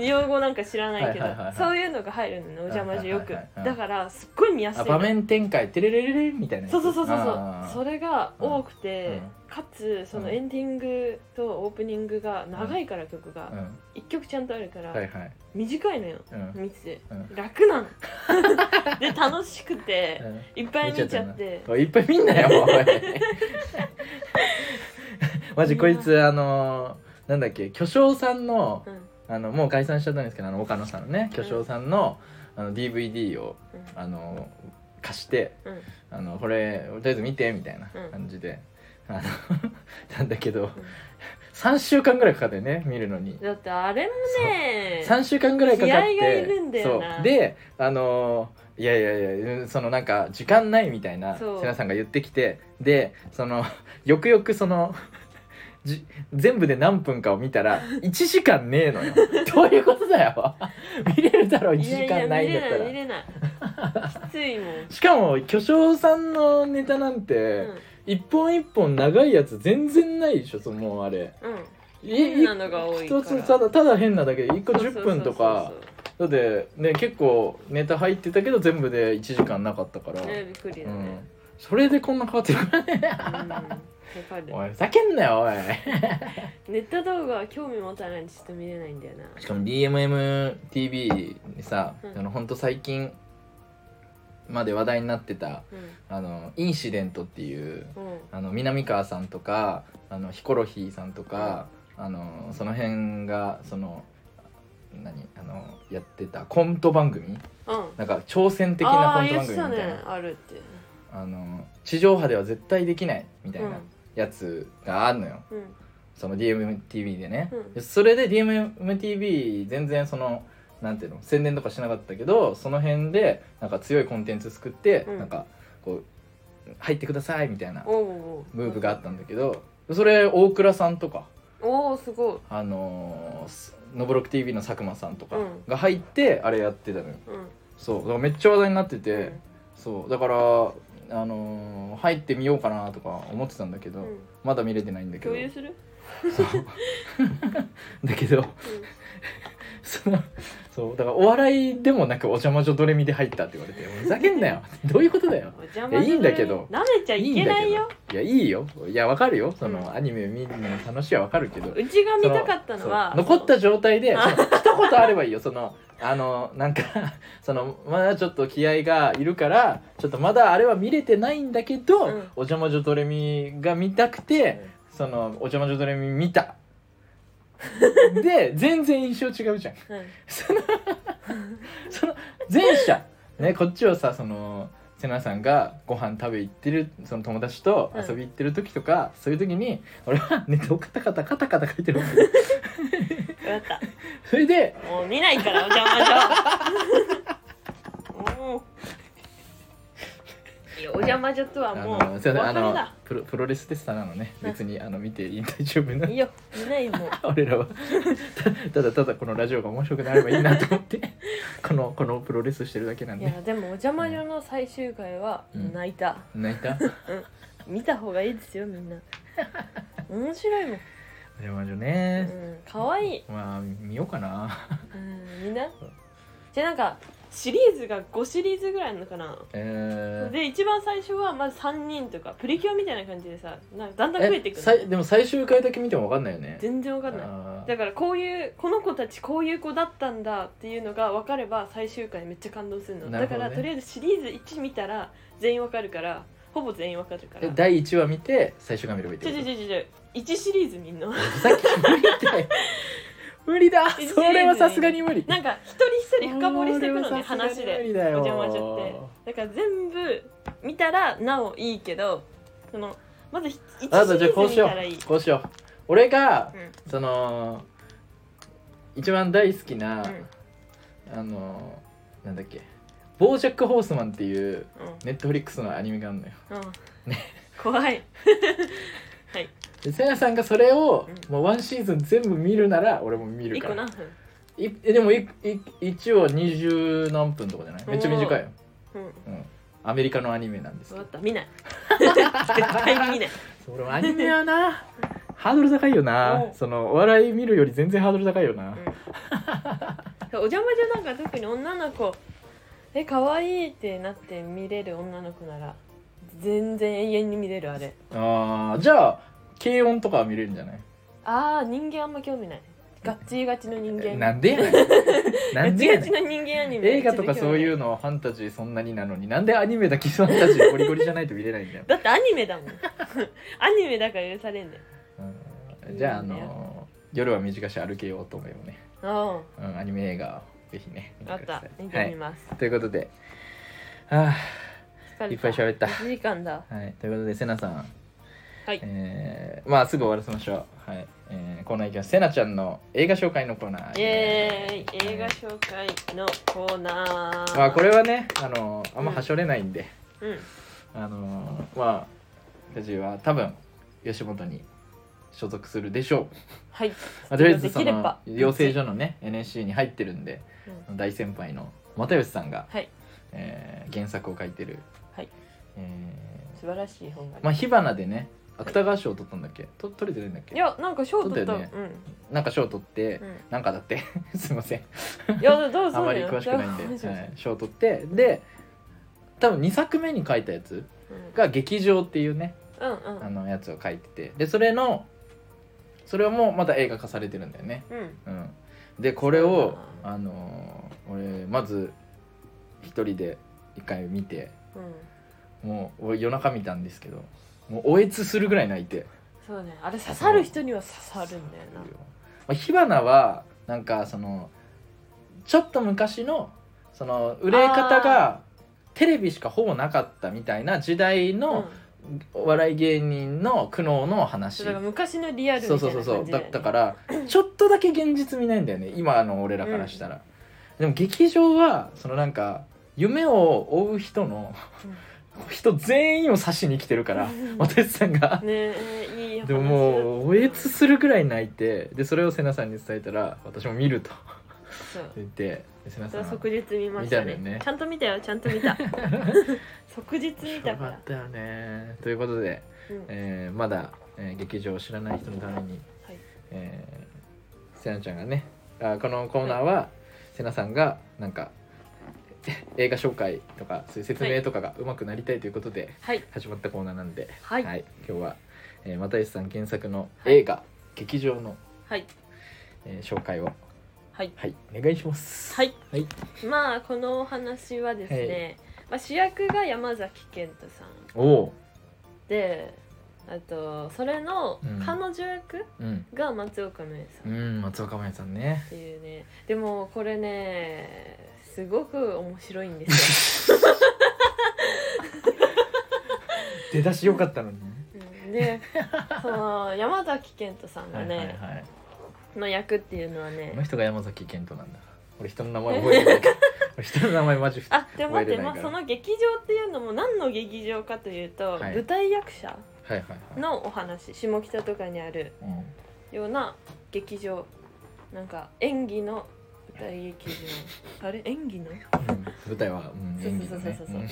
Speaker 2: 用語なんか知らないけど
Speaker 1: はいはいはいはい
Speaker 2: そういうのが入るのねお邪魔女よく
Speaker 1: はいはいはいはい
Speaker 2: だからすっごい見やすい
Speaker 1: あ
Speaker 2: の
Speaker 1: 場面展開テレレレレみたいなやつ
Speaker 2: そうそうそうそう
Speaker 1: あー
Speaker 2: そうそれが多くて、かつそうの
Speaker 1: ん
Speaker 2: エンディングとオープニングが長いから曲が、
Speaker 1: う
Speaker 2: 一曲ちゃんとあるか
Speaker 1: ん
Speaker 2: ら、
Speaker 1: はいはい
Speaker 2: 短いのよ
Speaker 1: うん
Speaker 2: 見てて、
Speaker 1: うん
Speaker 2: 楽なの で楽しくて
Speaker 1: う、ん
Speaker 2: いっぱい見ちゃっ
Speaker 1: 見
Speaker 2: て
Speaker 1: たなおいいっぱい見んなよもう おいマジこいつあのーなんだっけ巨匠さんの
Speaker 2: うん
Speaker 1: あのもう解散しちゃったんですけどあの岡野さんのね
Speaker 2: ん
Speaker 1: 巨匠さんのあの DVD を
Speaker 2: うん
Speaker 1: あの貸して
Speaker 2: うん
Speaker 1: あのこれとりあえず見てみたいな感じで、あの なんだけど、3週間ぐらいかかってね見るのに
Speaker 2: だってあれもね
Speaker 1: 3週間ぐらいかかって
Speaker 2: 気合がいるんだよな
Speaker 1: そうであのーいやいやいやうんそのなんか時間ないみたいな
Speaker 2: そう
Speaker 1: 瀬名さんが言ってきてでそのよくよくそのじ全部で何分かを見た ら1時間ねえのよどういうことだよ見れるだろ1
Speaker 2: いや
Speaker 1: 時
Speaker 2: いや
Speaker 1: 間
Speaker 2: 見
Speaker 1: ないんだった
Speaker 2: れない
Speaker 1: ら
Speaker 2: 見れないきついも ん、
Speaker 1: しかも巨匠さんのネタなんて一本一本長いやつ全然ないでしょそのもうあれ
Speaker 2: うんうん
Speaker 1: い
Speaker 2: 変なのが多いから
Speaker 1: 一つただただ変なだけで1個
Speaker 2: そうそうそうそう
Speaker 1: 10分とかだってね結構ネタ入ってたけど全部で1時間なかったから、
Speaker 2: ねびっくり
Speaker 1: う
Speaker 2: だ
Speaker 1: ん
Speaker 2: ね、、
Speaker 1: それでこんな変わ ってるからね
Speaker 2: うんわかる
Speaker 1: おいふざけんなよおい
Speaker 2: ネット動画は興味持たないとちょっと見れないんだよな
Speaker 1: しかも DMMTV にさ、
Speaker 2: うん
Speaker 1: あのほんと最近まで話題になってた
Speaker 2: うん
Speaker 1: あのインシデントっていう
Speaker 2: うん
Speaker 1: あの南川さんとかあのヒコロヒーさんとか、あのその辺がその何あのやってたコント番組
Speaker 2: うん
Speaker 1: なんか挑戦的な
Speaker 2: あ
Speaker 1: コ
Speaker 2: あ
Speaker 1: ン
Speaker 2: ー
Speaker 1: ト
Speaker 2: 言
Speaker 1: 番
Speaker 2: って
Speaker 1: 組みた
Speaker 2: た
Speaker 1: い
Speaker 2: ね
Speaker 1: な、
Speaker 2: あるって
Speaker 1: あの地上波では絶対できないみたいなやつがあるのよ、
Speaker 2: うんうん
Speaker 1: その DMTV でね、
Speaker 2: うん
Speaker 1: でそれで DMTV 全然そのなんていうの宣伝とかしなかったけどその辺でなんか強いコンテンツ作って、
Speaker 2: うん
Speaker 1: なんかこう入ってくださいみたいな
Speaker 2: おうおう
Speaker 1: ムーブがあったんだけどそれ大倉さんとか
Speaker 2: おおすごい
Speaker 1: あのーすのぶろく TV の佐久間さんとか
Speaker 2: うん
Speaker 1: が入ってあれやってたのよ
Speaker 2: うん
Speaker 1: そうだからめっちゃ話題になってて、
Speaker 2: うん
Speaker 1: そうだからあのー入ってみようかなとか思ってたんだけど、
Speaker 2: うん
Speaker 1: まだ見れてないんだけど
Speaker 2: 共有する
Speaker 1: そうだけど そのそうだからお笑いでもなくお邪魔女ドレミで入ったって言われてもうふざけんなよどういうことだよ
Speaker 2: お邪
Speaker 1: いやいいんだけど
Speaker 2: なめちゃい
Speaker 1: ん
Speaker 2: け
Speaker 1: だ
Speaker 2: ない
Speaker 1: けど
Speaker 2: よ
Speaker 1: いやいいよいやわかるよその、
Speaker 2: うん
Speaker 1: アニメ見るの楽しいはわかるけど
Speaker 2: うちが見たかったのは
Speaker 1: そのそう残った状態で
Speaker 2: あ
Speaker 1: その一言あればいいよそのあのなんか そのまだちょっと気合がいるからちょっとまだあれは見れてないんだけど、
Speaker 2: うん
Speaker 1: お邪魔女ドレミが見たくて、そのお邪魔女ドレミ見 たで全然印象違うじゃん
Speaker 2: うん
Speaker 1: そのその前者ねこっちはさその瀬名さんがご飯食べ行ってるその友達と
Speaker 2: うん
Speaker 1: 遊び行ってる時とか、そういう時に俺は ネタをカタカタカタカタ書いてるわけ
Speaker 2: わかっ
Speaker 1: それで
Speaker 2: たもう見ないからお邪魔女もういやお邪魔女と
Speaker 1: あ
Speaker 2: はもう
Speaker 1: のすいませんあ
Speaker 2: お別れ
Speaker 1: の
Speaker 2: だ
Speaker 1: プロプロレステスターなのね別にあの見ていい大丈夫ない
Speaker 2: いよ見ないもう
Speaker 1: 俺らは たただただこのラジオが面白くなればいいなと思って このこのプロレスしてるだけなん
Speaker 2: い
Speaker 1: で
Speaker 2: やでもお邪魔女の最終回は
Speaker 1: うん
Speaker 2: 泣いた、
Speaker 1: 泣いた
Speaker 2: 見た方がいいですよみんな面白いもん、
Speaker 1: でも
Speaker 2: う
Speaker 1: ね、
Speaker 2: ん、かわいい、
Speaker 1: まあ見ようかな
Speaker 2: うん、みんなじゃあなんかシリーズが5シリーズぐらいあるのかな
Speaker 1: えー
Speaker 2: で一番最初はまず3人とかプリキュアみたいな感じでさなんかだんだん増えてい
Speaker 1: え
Speaker 2: くの
Speaker 1: さいでも最終回だけ見ても分かんないよね
Speaker 2: 全然わかんない
Speaker 1: あー
Speaker 2: だからこういうこの子たちこういう子だったんだっていうのが分かれば最終回めっちゃ感動するの
Speaker 1: なる
Speaker 2: だ
Speaker 1: ほ
Speaker 2: か
Speaker 1: どね
Speaker 2: らとりあえずシリーズ1見たら全員わかるからほぼ全員わかるから
Speaker 1: え第1話見て最終回見ればいいって
Speaker 2: ちょ
Speaker 1: こ
Speaker 2: ち
Speaker 1: と
Speaker 2: ょちょちょちょ1シリーズ見んの
Speaker 1: さっき無理だよ 無理だ
Speaker 2: 一
Speaker 1: それはさすがに無理
Speaker 2: なんか一人一人深掘りしていくのね話
Speaker 1: それはさすがに無
Speaker 2: で
Speaker 1: 理だ
Speaker 2: お
Speaker 1: よ
Speaker 2: 邪魔しちゃってだから全部見たらなおいいけどそのまず1シリ
Speaker 1: あとじゃあこ
Speaker 2: ー
Speaker 1: う
Speaker 2: ズ見
Speaker 1: しよ
Speaker 2: たらいいう
Speaker 1: こうしよう俺が
Speaker 2: うん
Speaker 1: その一番大好きな、
Speaker 2: うん
Speaker 1: あのなんだっけ「ボージャック・ホースマン」っていう
Speaker 2: うん
Speaker 1: ネットフリックスのアニメがあるのよ
Speaker 2: うん怖 いはい
Speaker 1: でせなさんがそれを、
Speaker 2: うん
Speaker 1: もうワンシーズン全部見るなら俺も見る
Speaker 2: 1
Speaker 1: か
Speaker 2: 個
Speaker 1: ら
Speaker 2: 何分
Speaker 1: いえでもいい一応二十何分とかじゃないめっちゃ短いよ、
Speaker 2: うん
Speaker 1: うん、アメリカのアニメなんですけ
Speaker 2: 分
Speaker 1: ど
Speaker 2: かった見 ない絶対見ない
Speaker 1: そう俺もアニメはなハードル高いよな
Speaker 2: うん
Speaker 1: そのお笑い見るより全然ハードル高いよな、
Speaker 2: お邪魔女なんか特に女の子え可愛いってなって見れる女の子なら全然永遠に見れるあれ
Speaker 1: あーじゃあ軽音とかは見れるんじゃない
Speaker 2: あー人間あんま興味ないガッチガチの人間
Speaker 1: なんでやね んな
Speaker 2: ガ
Speaker 1: んで
Speaker 2: チ
Speaker 1: や
Speaker 2: ガ
Speaker 1: ね
Speaker 2: チ
Speaker 1: ん
Speaker 2: の人間アニメ、
Speaker 1: 映画とかそういううのはファンタジーそんなになのになんでアニメだけファンタジーゴリゴリじゃないと見れないんだよ
Speaker 2: だってアニメだもんアニメだから許されんねん
Speaker 1: うん、じゃああの夜は短し歩けようと思うよね、
Speaker 2: うん
Speaker 1: うん、アニメ映画をぜひね見
Speaker 2: あ
Speaker 1: てく
Speaker 2: っ
Speaker 1: だ
Speaker 2: た
Speaker 1: さい
Speaker 2: 見
Speaker 1: は
Speaker 2: てみ
Speaker 1: い、
Speaker 2: ます、
Speaker 1: ということであ
Speaker 2: 疲れた
Speaker 1: いっぱい喋った
Speaker 2: 1時間だ
Speaker 1: ー、はい、ということでせなさん
Speaker 2: はい
Speaker 1: えーまあすぐ終わらせましょう、はいえー、コーナーいきますせなちゃんの映画紹介のコーナー
Speaker 2: イエーイ映画紹介のコーナー
Speaker 1: まあこれはねあのあんまはしょれないんで、
Speaker 2: うん
Speaker 1: あのーまあ私は多分吉本に所属するでしょ う、
Speaker 2: はい
Speaker 1: まあ、とりあえずそ
Speaker 2: できれ
Speaker 1: の
Speaker 2: ば
Speaker 1: 養成所のね NSC に入ってるんで大先輩の又吉さんが、
Speaker 2: はい
Speaker 1: えー原作を書いてる、
Speaker 2: はい
Speaker 1: え
Speaker 2: 素晴らしい本
Speaker 1: ー
Speaker 2: があり
Speaker 1: ま
Speaker 2: ま
Speaker 1: あ
Speaker 2: す
Speaker 1: 火花でね芥川賞を取ったんだっけと取れてないんだっけ
Speaker 2: いやなんか賞取った
Speaker 1: そううだよね
Speaker 2: ん
Speaker 1: なんか賞を取って、
Speaker 2: うん
Speaker 1: なんかだって すいません
Speaker 2: いやどうぞ
Speaker 1: あまり詳しくないんで
Speaker 2: そうだよ
Speaker 1: はい賞、を取ってで多分2作目に書いたやつが「劇場」っていうね
Speaker 2: うんうん
Speaker 1: あのやつを書いててでそれのそれはもうまた映画化されてるんだよね、
Speaker 2: うんうん
Speaker 1: うん、でこれを
Speaker 2: そうだ
Speaker 1: あのー俺まず一人で一回見て
Speaker 2: うん
Speaker 1: もう俺夜中見たんですけどもうおえつするぐらい泣いて
Speaker 2: そうねあれ刺さる人には刺さるんだよな
Speaker 1: まあ火花はなんかそのちょっと昔のその売れ方がテレビしかほぼなかったみたいな時代
Speaker 2: うん
Speaker 1: のお笑い芸人の苦悩の話、
Speaker 2: それが昔のリアルみた
Speaker 1: そ
Speaker 2: いうな
Speaker 1: そう
Speaker 2: 感じ
Speaker 1: そうそ
Speaker 2: だよ
Speaker 1: う
Speaker 2: ね
Speaker 1: だだからちょっとだけ現実見ないんだよね今の俺らからしたら、でも劇場はそのなんか夢を追う人の、人全員を刺しに来てるから
Speaker 2: うん
Speaker 1: 又吉さん が
Speaker 2: ねえいい話
Speaker 1: でももうおえつするぐらい泣いてでそれを瀬名さんに伝えたら私も見ると
Speaker 2: そう
Speaker 1: 言ってで瀬名
Speaker 2: そ
Speaker 1: さ
Speaker 2: れ
Speaker 1: ん
Speaker 2: は即日見ました
Speaker 1: 見た
Speaker 2: ね
Speaker 1: よね
Speaker 2: ちゃんと見たよちゃんと 見た即日見た
Speaker 1: よ
Speaker 2: か
Speaker 1: からったよねということで、
Speaker 2: うん
Speaker 1: えーまだ、えー劇場を知らない人のために、
Speaker 2: はい
Speaker 1: えー瀬名ちゃんがねあこのコーナーは瀬名さんがなんか え映画紹介とかそういう説明とかがうまくなりたいということで
Speaker 2: はい
Speaker 1: 始まったコーナーなんで、
Speaker 2: はい
Speaker 1: は
Speaker 2: はい、
Speaker 1: い今日は、えー、又吉さん原作の
Speaker 2: はい
Speaker 1: 映画、劇場の、
Speaker 2: はい
Speaker 1: えー紹介を
Speaker 2: はい
Speaker 1: はいお願いします。はい
Speaker 2: まあこのお話はですね、まあ、主役が山崎賢人さん
Speaker 1: おお
Speaker 2: であとそれの
Speaker 1: うん
Speaker 2: 彼女役
Speaker 1: ー、うん、
Speaker 2: が松岡芽
Speaker 1: う
Speaker 2: 衣さんっ
Speaker 1: ん、松岡茉優さんね。
Speaker 2: ていうねでもこれねすごく面白いんです
Speaker 1: 出だし良かったのに。
Speaker 2: よ、うんでその山崎賢人さんが
Speaker 1: はい
Speaker 2: ね、
Speaker 1: はいはい。
Speaker 2: の役っていうのは
Speaker 1: こ
Speaker 2: ね
Speaker 1: の人が山崎賢人なんだ。俺人の名前覚えて ないから。俺人の名前マジ。
Speaker 2: あでも待
Speaker 1: 覚
Speaker 2: っ
Speaker 1: え
Speaker 2: て、
Speaker 1: れない
Speaker 2: まあ、
Speaker 1: から
Speaker 2: その劇場っていうのも何の劇場かというと、
Speaker 1: はい
Speaker 2: 舞台役者
Speaker 1: はいはいはい。
Speaker 2: のお話下北とかにある
Speaker 1: うん
Speaker 2: ような劇場なんか演技の舞台劇 場あれ演技の
Speaker 1: うん舞台は、うん、演技だね。
Speaker 2: そうそうそうそう
Speaker 1: うん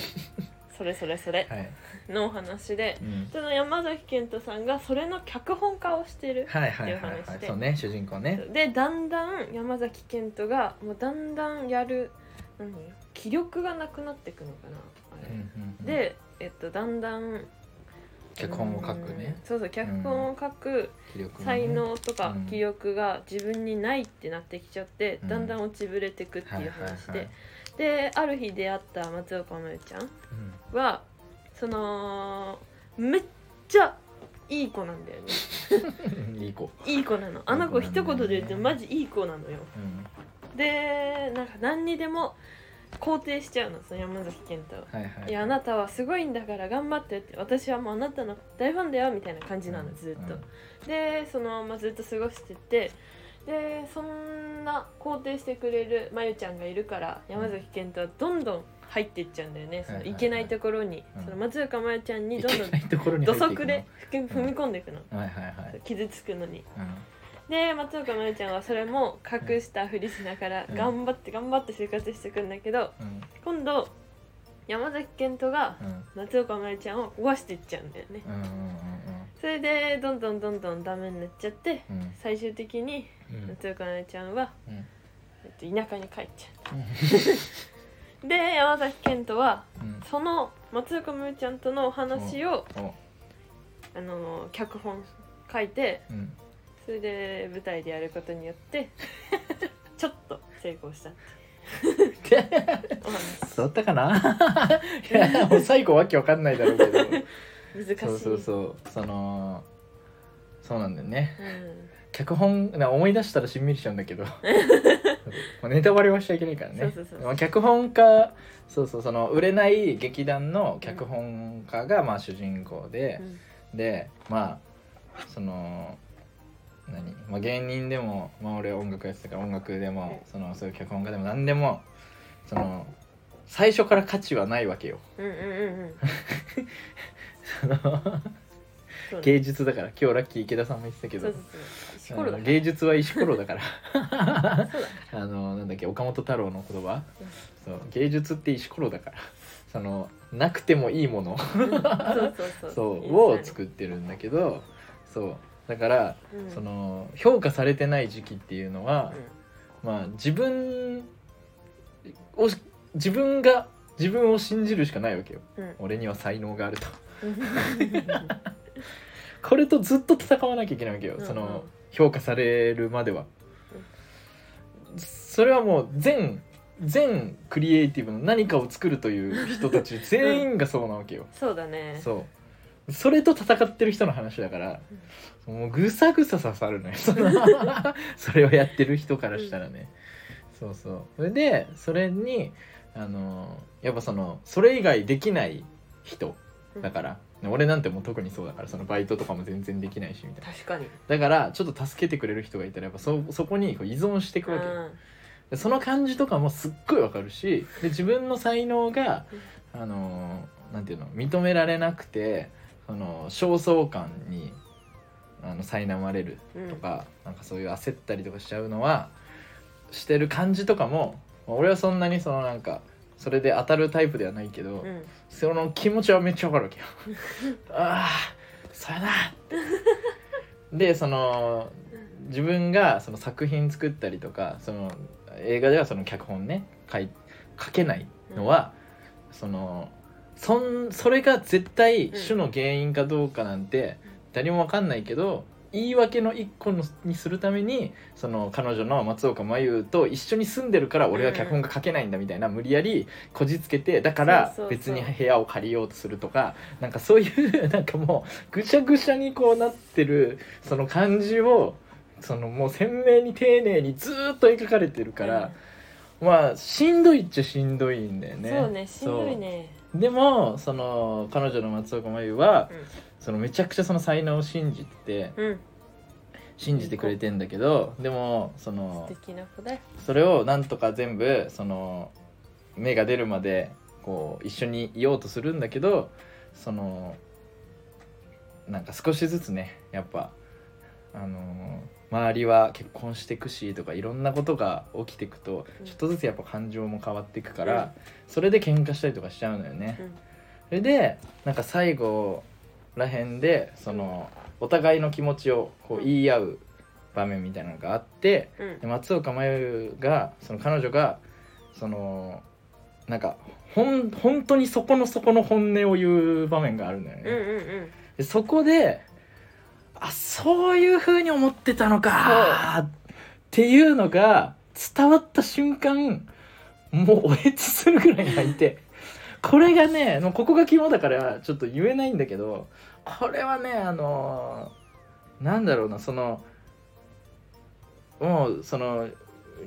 Speaker 2: それそれそれ
Speaker 1: はい。
Speaker 2: のお話で
Speaker 1: うん
Speaker 2: その山崎賢人さんがそれの脚本家をしてる
Speaker 1: はいはいはい
Speaker 2: っていう
Speaker 1: は
Speaker 2: 話
Speaker 1: い。
Speaker 2: で
Speaker 1: そうね、主人公ね。
Speaker 2: でだんだん山崎賢人がもうだんだんやる何気力がなくなっていくのかなあれ
Speaker 1: うんうんうん、
Speaker 2: で、えっと、だんだん
Speaker 1: 脚本を書くね
Speaker 2: うん。そうそう脚本を書く
Speaker 1: 気力もね
Speaker 2: 才能とか
Speaker 1: うん
Speaker 2: 気力が自分にないってなってきちゃって、
Speaker 1: うん
Speaker 2: だんだん落ちぶれてくって
Speaker 1: はい
Speaker 2: いう
Speaker 1: はいはい
Speaker 2: 話で、である日出会った松岡茉優ちゃん
Speaker 1: うん
Speaker 2: はそのめっちゃいい子なんだよね
Speaker 1: いい子。
Speaker 2: いい子なのあの子一言で言ってマジいい子なのよ
Speaker 1: うん。
Speaker 2: でなんか何にでも肯定しちゃうのその山崎賢人は
Speaker 1: はいはい。
Speaker 2: いやあなたはすごいんだから頑張ってって私はもうあなたの大ファンだよみたいな感じなのずっと、でそのままずっと過ごしててでそんな肯定してくれるまゆちゃんがいるから山崎賢人はどんどん入っていっちゃうんだよねそ
Speaker 1: は
Speaker 2: の
Speaker 1: いはい
Speaker 2: い
Speaker 1: はい
Speaker 2: けないところに、
Speaker 1: うん
Speaker 2: その松岡まゆちゃん
Speaker 1: うん。
Speaker 2: に
Speaker 1: い
Speaker 2: どんど
Speaker 1: け
Speaker 2: ん
Speaker 1: ないところに入
Speaker 2: 土
Speaker 1: っていくの
Speaker 2: 足で。踏踏み込んでいくの、
Speaker 1: はいはいはい。
Speaker 2: 傷つくのに
Speaker 1: うん
Speaker 2: で松岡まゆちゃんはそれも隠したふりしながら
Speaker 1: うん
Speaker 2: 頑張って頑張って生活していくんだけど
Speaker 1: うん
Speaker 2: 今度山崎賢人が
Speaker 1: うん
Speaker 2: 松岡茉優ちゃんを壊していっちゃうんだよね
Speaker 1: うんうん
Speaker 2: それでどんどんどんどんダメになっちゃって
Speaker 1: うんうん
Speaker 2: 最終的に
Speaker 1: うん
Speaker 2: 松岡茉優ちゃんは、
Speaker 1: うん
Speaker 2: えっと、田舎に帰っちゃうで山崎賢人は
Speaker 1: うん
Speaker 2: その松岡茉優ちゃんとのお話を、
Speaker 1: うんお
Speaker 2: あの脚本書いて
Speaker 1: うん
Speaker 2: それで舞台でやることによって ちょっと成功したお話
Speaker 1: 伝わったかな いやもう最後わけわかんないだろうけど
Speaker 2: 難しい
Speaker 1: そうそうそうそのそうなんだよね
Speaker 2: うん
Speaker 1: 脚本な思い出したらしんみりしちゃうんだ けどまあネタバレはしちゃいけないからね
Speaker 2: そうそうそうそう
Speaker 1: まあ脚本家そうそうその売れない劇団の脚本家がまあ主人公で
Speaker 2: う、ん
Speaker 1: でまあその何、まあ、芸人でも、まあ、俺音楽やってたから音楽でもそのそういう脚本家でも何でもその最初から価値はないわけ よ
Speaker 2: うんうんうんうん
Speaker 1: その
Speaker 2: そうね
Speaker 1: 芸術だから今日ラッキー池田さんも言ってたけ
Speaker 2: そ
Speaker 1: ど
Speaker 2: うそうそう石ころだ
Speaker 1: あ
Speaker 2: か
Speaker 1: の
Speaker 2: ら
Speaker 1: 芸術は石ころだから
Speaker 2: そう
Speaker 1: あ
Speaker 2: だ
Speaker 1: のなんだっけ岡本太郎の言葉
Speaker 2: うん
Speaker 1: そう芸術って石ころだからそのなくてもいいもの
Speaker 2: そうそうそう。
Speaker 1: そうを作ってるんだけどそうだから
Speaker 2: うん
Speaker 1: その評価されてない時期っていうのは、
Speaker 2: う
Speaker 1: まあ自分を自分が自分を信じるしかないわけよ
Speaker 2: んうん
Speaker 1: 俺には才能があると
Speaker 2: うん
Speaker 1: これとずっと戦わなきゃいけないわけよ、
Speaker 2: うん
Speaker 1: その評価されるまでは、それはもう全全クリエイティブの何かを作るという人たち全員がそうなわけよ、
Speaker 2: そうだね
Speaker 1: そうそれと戦ってる人の話だからもうぐさぐさ刺さるのよそのそれをやってる人からしたらね、そうそうそれでそれにあのやっぱそのそれ以外できない人だから、俺なんてもう特にそうだからそのバイトとかも全然できないしみたいな
Speaker 2: 確かに
Speaker 1: だからちょっと助けてくれる人がいたらやっぱそそこにこう依存していくわけよ、でその感じとかもすっごいわかるしで自分の才能があのーなんていうの認められなくてその焦燥感にあの苛まれる
Speaker 2: うん
Speaker 1: とか、なんかそういう焦ったりとかしちゃうのはしてる感じとかもまあ俺はそんなにそのなんかそれで当たるタイプではないけど、
Speaker 2: うんうん
Speaker 1: その気持ちはめっちゃわかるわけよ。ああそうやなってでその自分がその作品作ったりとかその映画ではその脚本ね書い書けないのは、そのそんそれが絶対主の原因かどうかなんて
Speaker 2: うん
Speaker 1: 誰もわかんないけど言い訳の一個のにするためにその彼女の松岡真優と一緒に住んでるから俺は脚本が書けないんだみたいな、無理やりこじつけてだから
Speaker 2: そうそうそう
Speaker 1: 別に部屋を借りようとするとかなんかそういう なんかもうぐちゃぐちゃにこうなってるその感じをそのもう鮮明に丁寧にずーっと描かれてるから、まあしんどいっちゃしんどいんだよね。
Speaker 2: そうねしんどいね
Speaker 1: そうでもその彼女の松岡真優は、
Speaker 2: うん
Speaker 1: そのめちゃくちゃその才能を信じて
Speaker 2: うん
Speaker 1: 信じてくれてんだけどでもそ
Speaker 2: 素
Speaker 1: の
Speaker 2: 敵な子だよ
Speaker 1: それをなんとか全部その芽が出るまでこう一緒にいようとするんだけどそのなんか少しずつねやっぱあの周りは結婚してくしとかいろんなことが起きてくと
Speaker 2: うん
Speaker 1: ちょっとずつやっぱ感情も変わっていくか
Speaker 2: うん
Speaker 1: らそれで喧嘩したりとかしちゃうのよね。
Speaker 2: うん
Speaker 1: それでなんか最後らへんでそのお互いの気持ちをこう言い合う場面みたいなのがあって。
Speaker 2: うん
Speaker 1: で松岡真優がその彼女がそのなんかほん本当にそこのそこの本音を言う場面があるんだよね、
Speaker 2: うんうんうん
Speaker 1: でそこであそういうふうに思ってたのかっていうのが伝わった瞬間もうおえつするぐらい泣いてこれがねもうここが肝だからちょっと言えないんだけどこれはねあのーなんだろうなそのもうその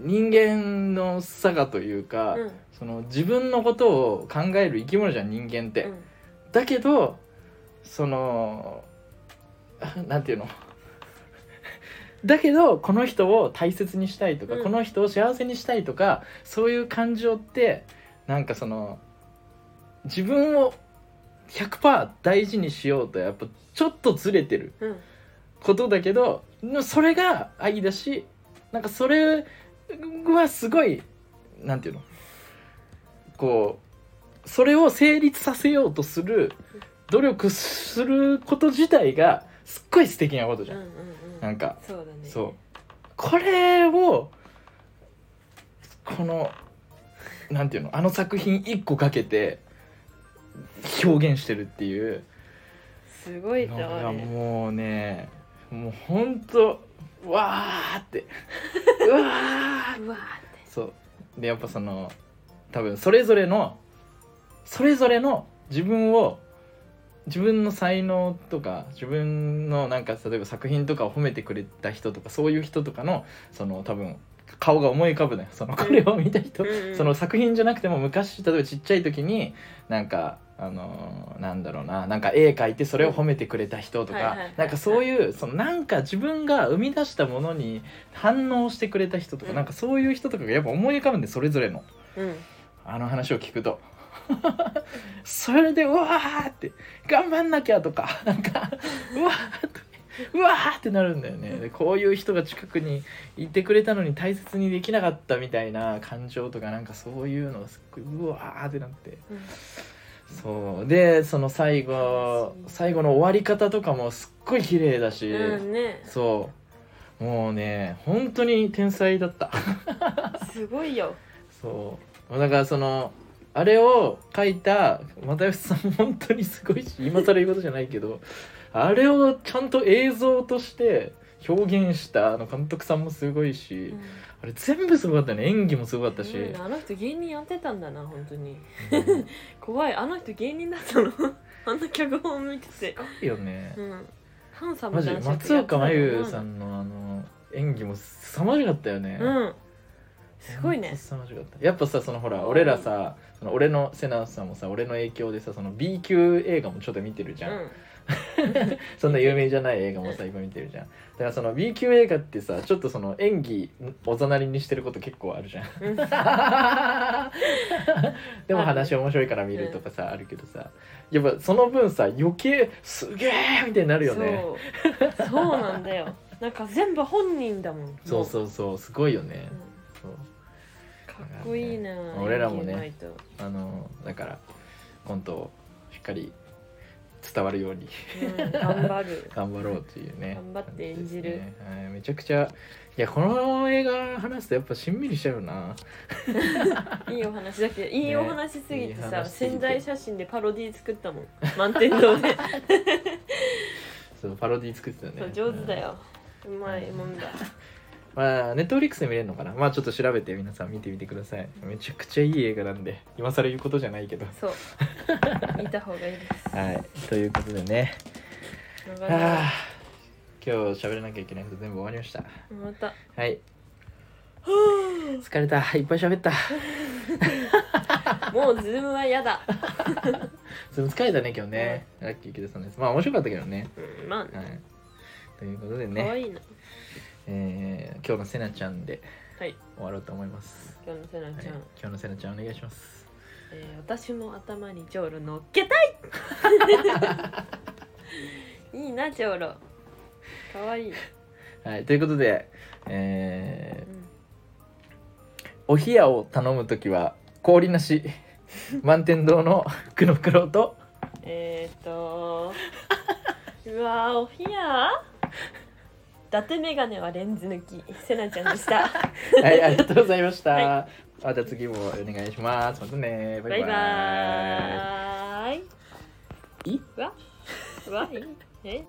Speaker 1: 人間の差がというか、
Speaker 2: うん
Speaker 1: その自分のことを考える生き物じゃん人間って。
Speaker 2: うん
Speaker 1: だけどそのあなんていうの だけどこの人を大切にしたいとか、
Speaker 2: うん
Speaker 1: この人を幸せにしたいとかそういう感情ってなんかその自分を100%大事にしようとやっぱちょっとずれてる
Speaker 2: うん
Speaker 1: ことだけどそれが愛だしなんかそれはすごいなんていうのこうそれを成立させようとする努力すること自体がすっごい素敵なことじ
Speaker 2: う
Speaker 1: ゃ
Speaker 2: ん
Speaker 1: ん。
Speaker 2: う
Speaker 1: なんんか
Speaker 2: そうだね
Speaker 1: そうこれをこのなんていうのあの作品1個かけて表現してるっていう。
Speaker 2: すごいと
Speaker 1: いや
Speaker 2: あれ
Speaker 1: もうねもうほんとわーってうわー
Speaker 2: うわーっ
Speaker 1: そうでやっぱその多分それぞれのそれぞれの自分を自分の才能とか自分のなんか例えば作品とかを褒めてくれた人とかそういう人とかのその多分顔が思い浮かぶねそのこれを見た人
Speaker 2: うんうんうん
Speaker 1: その作品じゃなくても昔例えばちっちゃい時になんかあのーなんだろうななんか絵描いてそれを褒めてくれた人と
Speaker 2: うんはい
Speaker 1: か
Speaker 2: はいはい
Speaker 1: なんかそういうそのなんか自分が生み出したものに反応してくれた人とか
Speaker 2: うん
Speaker 1: なんかそういう人とかがやっぱ思い浮かぶんでそれぞれの
Speaker 2: てうん
Speaker 1: あの話を聞くと それでうわーって頑張んなきゃとか なんかうわーってうわーってなるんだよねでこういう人が近くにいてくれたのに大切にできなかったみたいな感情とかなんかそういうのがすっごいうわーってなって
Speaker 2: うん
Speaker 1: そうでその最後
Speaker 2: 悲しい
Speaker 1: 最後の終わり方とかもすっごい綺麗だし、
Speaker 2: うんね
Speaker 1: そうもうね本当に天才だった。
Speaker 2: すごいよ
Speaker 1: そうだからそのあれを書いた又吉さんも本当にすごいし今更言うことじゃないけどあれをちゃんと映像として表現したあの監督さんもすごいし、
Speaker 2: うん
Speaker 1: ああれ全部すごかったね演技もすごかったし、
Speaker 2: すごいなあの人芸人やってたんだな本当に
Speaker 1: うん
Speaker 2: 怖いあの人芸人だったの あんな脚本見て
Speaker 1: す
Speaker 2: て
Speaker 1: ごいよね、
Speaker 2: うんハンサム
Speaker 1: マジ
Speaker 2: 男爵やってた
Speaker 1: 松岡
Speaker 2: んだな
Speaker 1: 真優さんのあの演技も凄まじかったよね、
Speaker 2: うんすごいね
Speaker 1: 凄まじかったやっぱさそのほら俺らさその俺の瀬名さんもさ俺の影響でさその B 級映画もちょっと見てるじ
Speaker 2: う
Speaker 1: ゃん、
Speaker 2: ん
Speaker 1: そんな有名じゃない映画もさ今見てるじゃんだからその B 級映画ってさちょっとその演技おざなりにしてること結構あるじゃん
Speaker 2: うん
Speaker 1: でも話面白いから見るとかさあるけどさやっぱその分さ余計すげえみたいになるよね
Speaker 2: そうそうなんだよなんか全部本人だもん
Speaker 1: そう
Speaker 2: う、
Speaker 1: そうそうすごいよね
Speaker 2: う
Speaker 1: そ
Speaker 2: ん、
Speaker 1: う
Speaker 2: かっこいいな
Speaker 1: 俺らもね
Speaker 2: 演技うまいと
Speaker 1: あのだからコントをしっかり伝わるよう に
Speaker 2: うん頑張る
Speaker 1: 頑張ろうっていうね
Speaker 2: 頑張って演じる
Speaker 1: 感じですねはいめちゃくちゃいやこの映画話すとやっぱしんみりしちゃうない
Speaker 2: いお話だ けどいいお話すぎて
Speaker 1: ねいい
Speaker 2: さ、
Speaker 1: 話すぎて
Speaker 2: 潜在写真でパロディ作ったもん満 天堂で
Speaker 1: そうパロディ作ってたね
Speaker 2: そう上手だ
Speaker 1: うん
Speaker 2: よ、うまいもんだ
Speaker 1: まあネットフリックスで見れるのかなまあちょっと調べて皆さん見てみてくださいめちゃくちゃいい映画なんで今更言うことじゃないけど
Speaker 2: そう見た方がいいです
Speaker 1: はいということでね
Speaker 2: 流れ
Speaker 1: あー今日喋らなきゃいけないこと全部終わりました
Speaker 2: また
Speaker 1: はい疲れたいっぱい喋った
Speaker 2: もうズームはやだ、
Speaker 1: それも疲れたね今日ね、ラッキー池田さんですまあ面白かったけどね
Speaker 2: うん、まあね
Speaker 1: はいということで
Speaker 2: 可
Speaker 1: ね、
Speaker 2: 愛いな
Speaker 1: えー今日のせなちゃんで
Speaker 2: はい
Speaker 1: 終わろうと思います、
Speaker 2: 今日のせな
Speaker 1: はい、
Speaker 2: ちゃん、
Speaker 1: 今日のせなちゃんお願いします
Speaker 2: えー私も頭にちょうろ乗っけた いいいなちょうろかわいい、
Speaker 1: はいということで、えー
Speaker 2: うん、
Speaker 1: お冷やを頼むときは氷なし満天堂のくろくろと
Speaker 2: えー、っとうわーおひや伊達メガネはレンズ抜きせなちゃんでした
Speaker 1: はいありがとうございました、
Speaker 2: は
Speaker 1: また次もお願いしますまたねバ
Speaker 2: バ
Speaker 1: イバイ
Speaker 2: イバーイ
Speaker 1: い
Speaker 2: わわいえ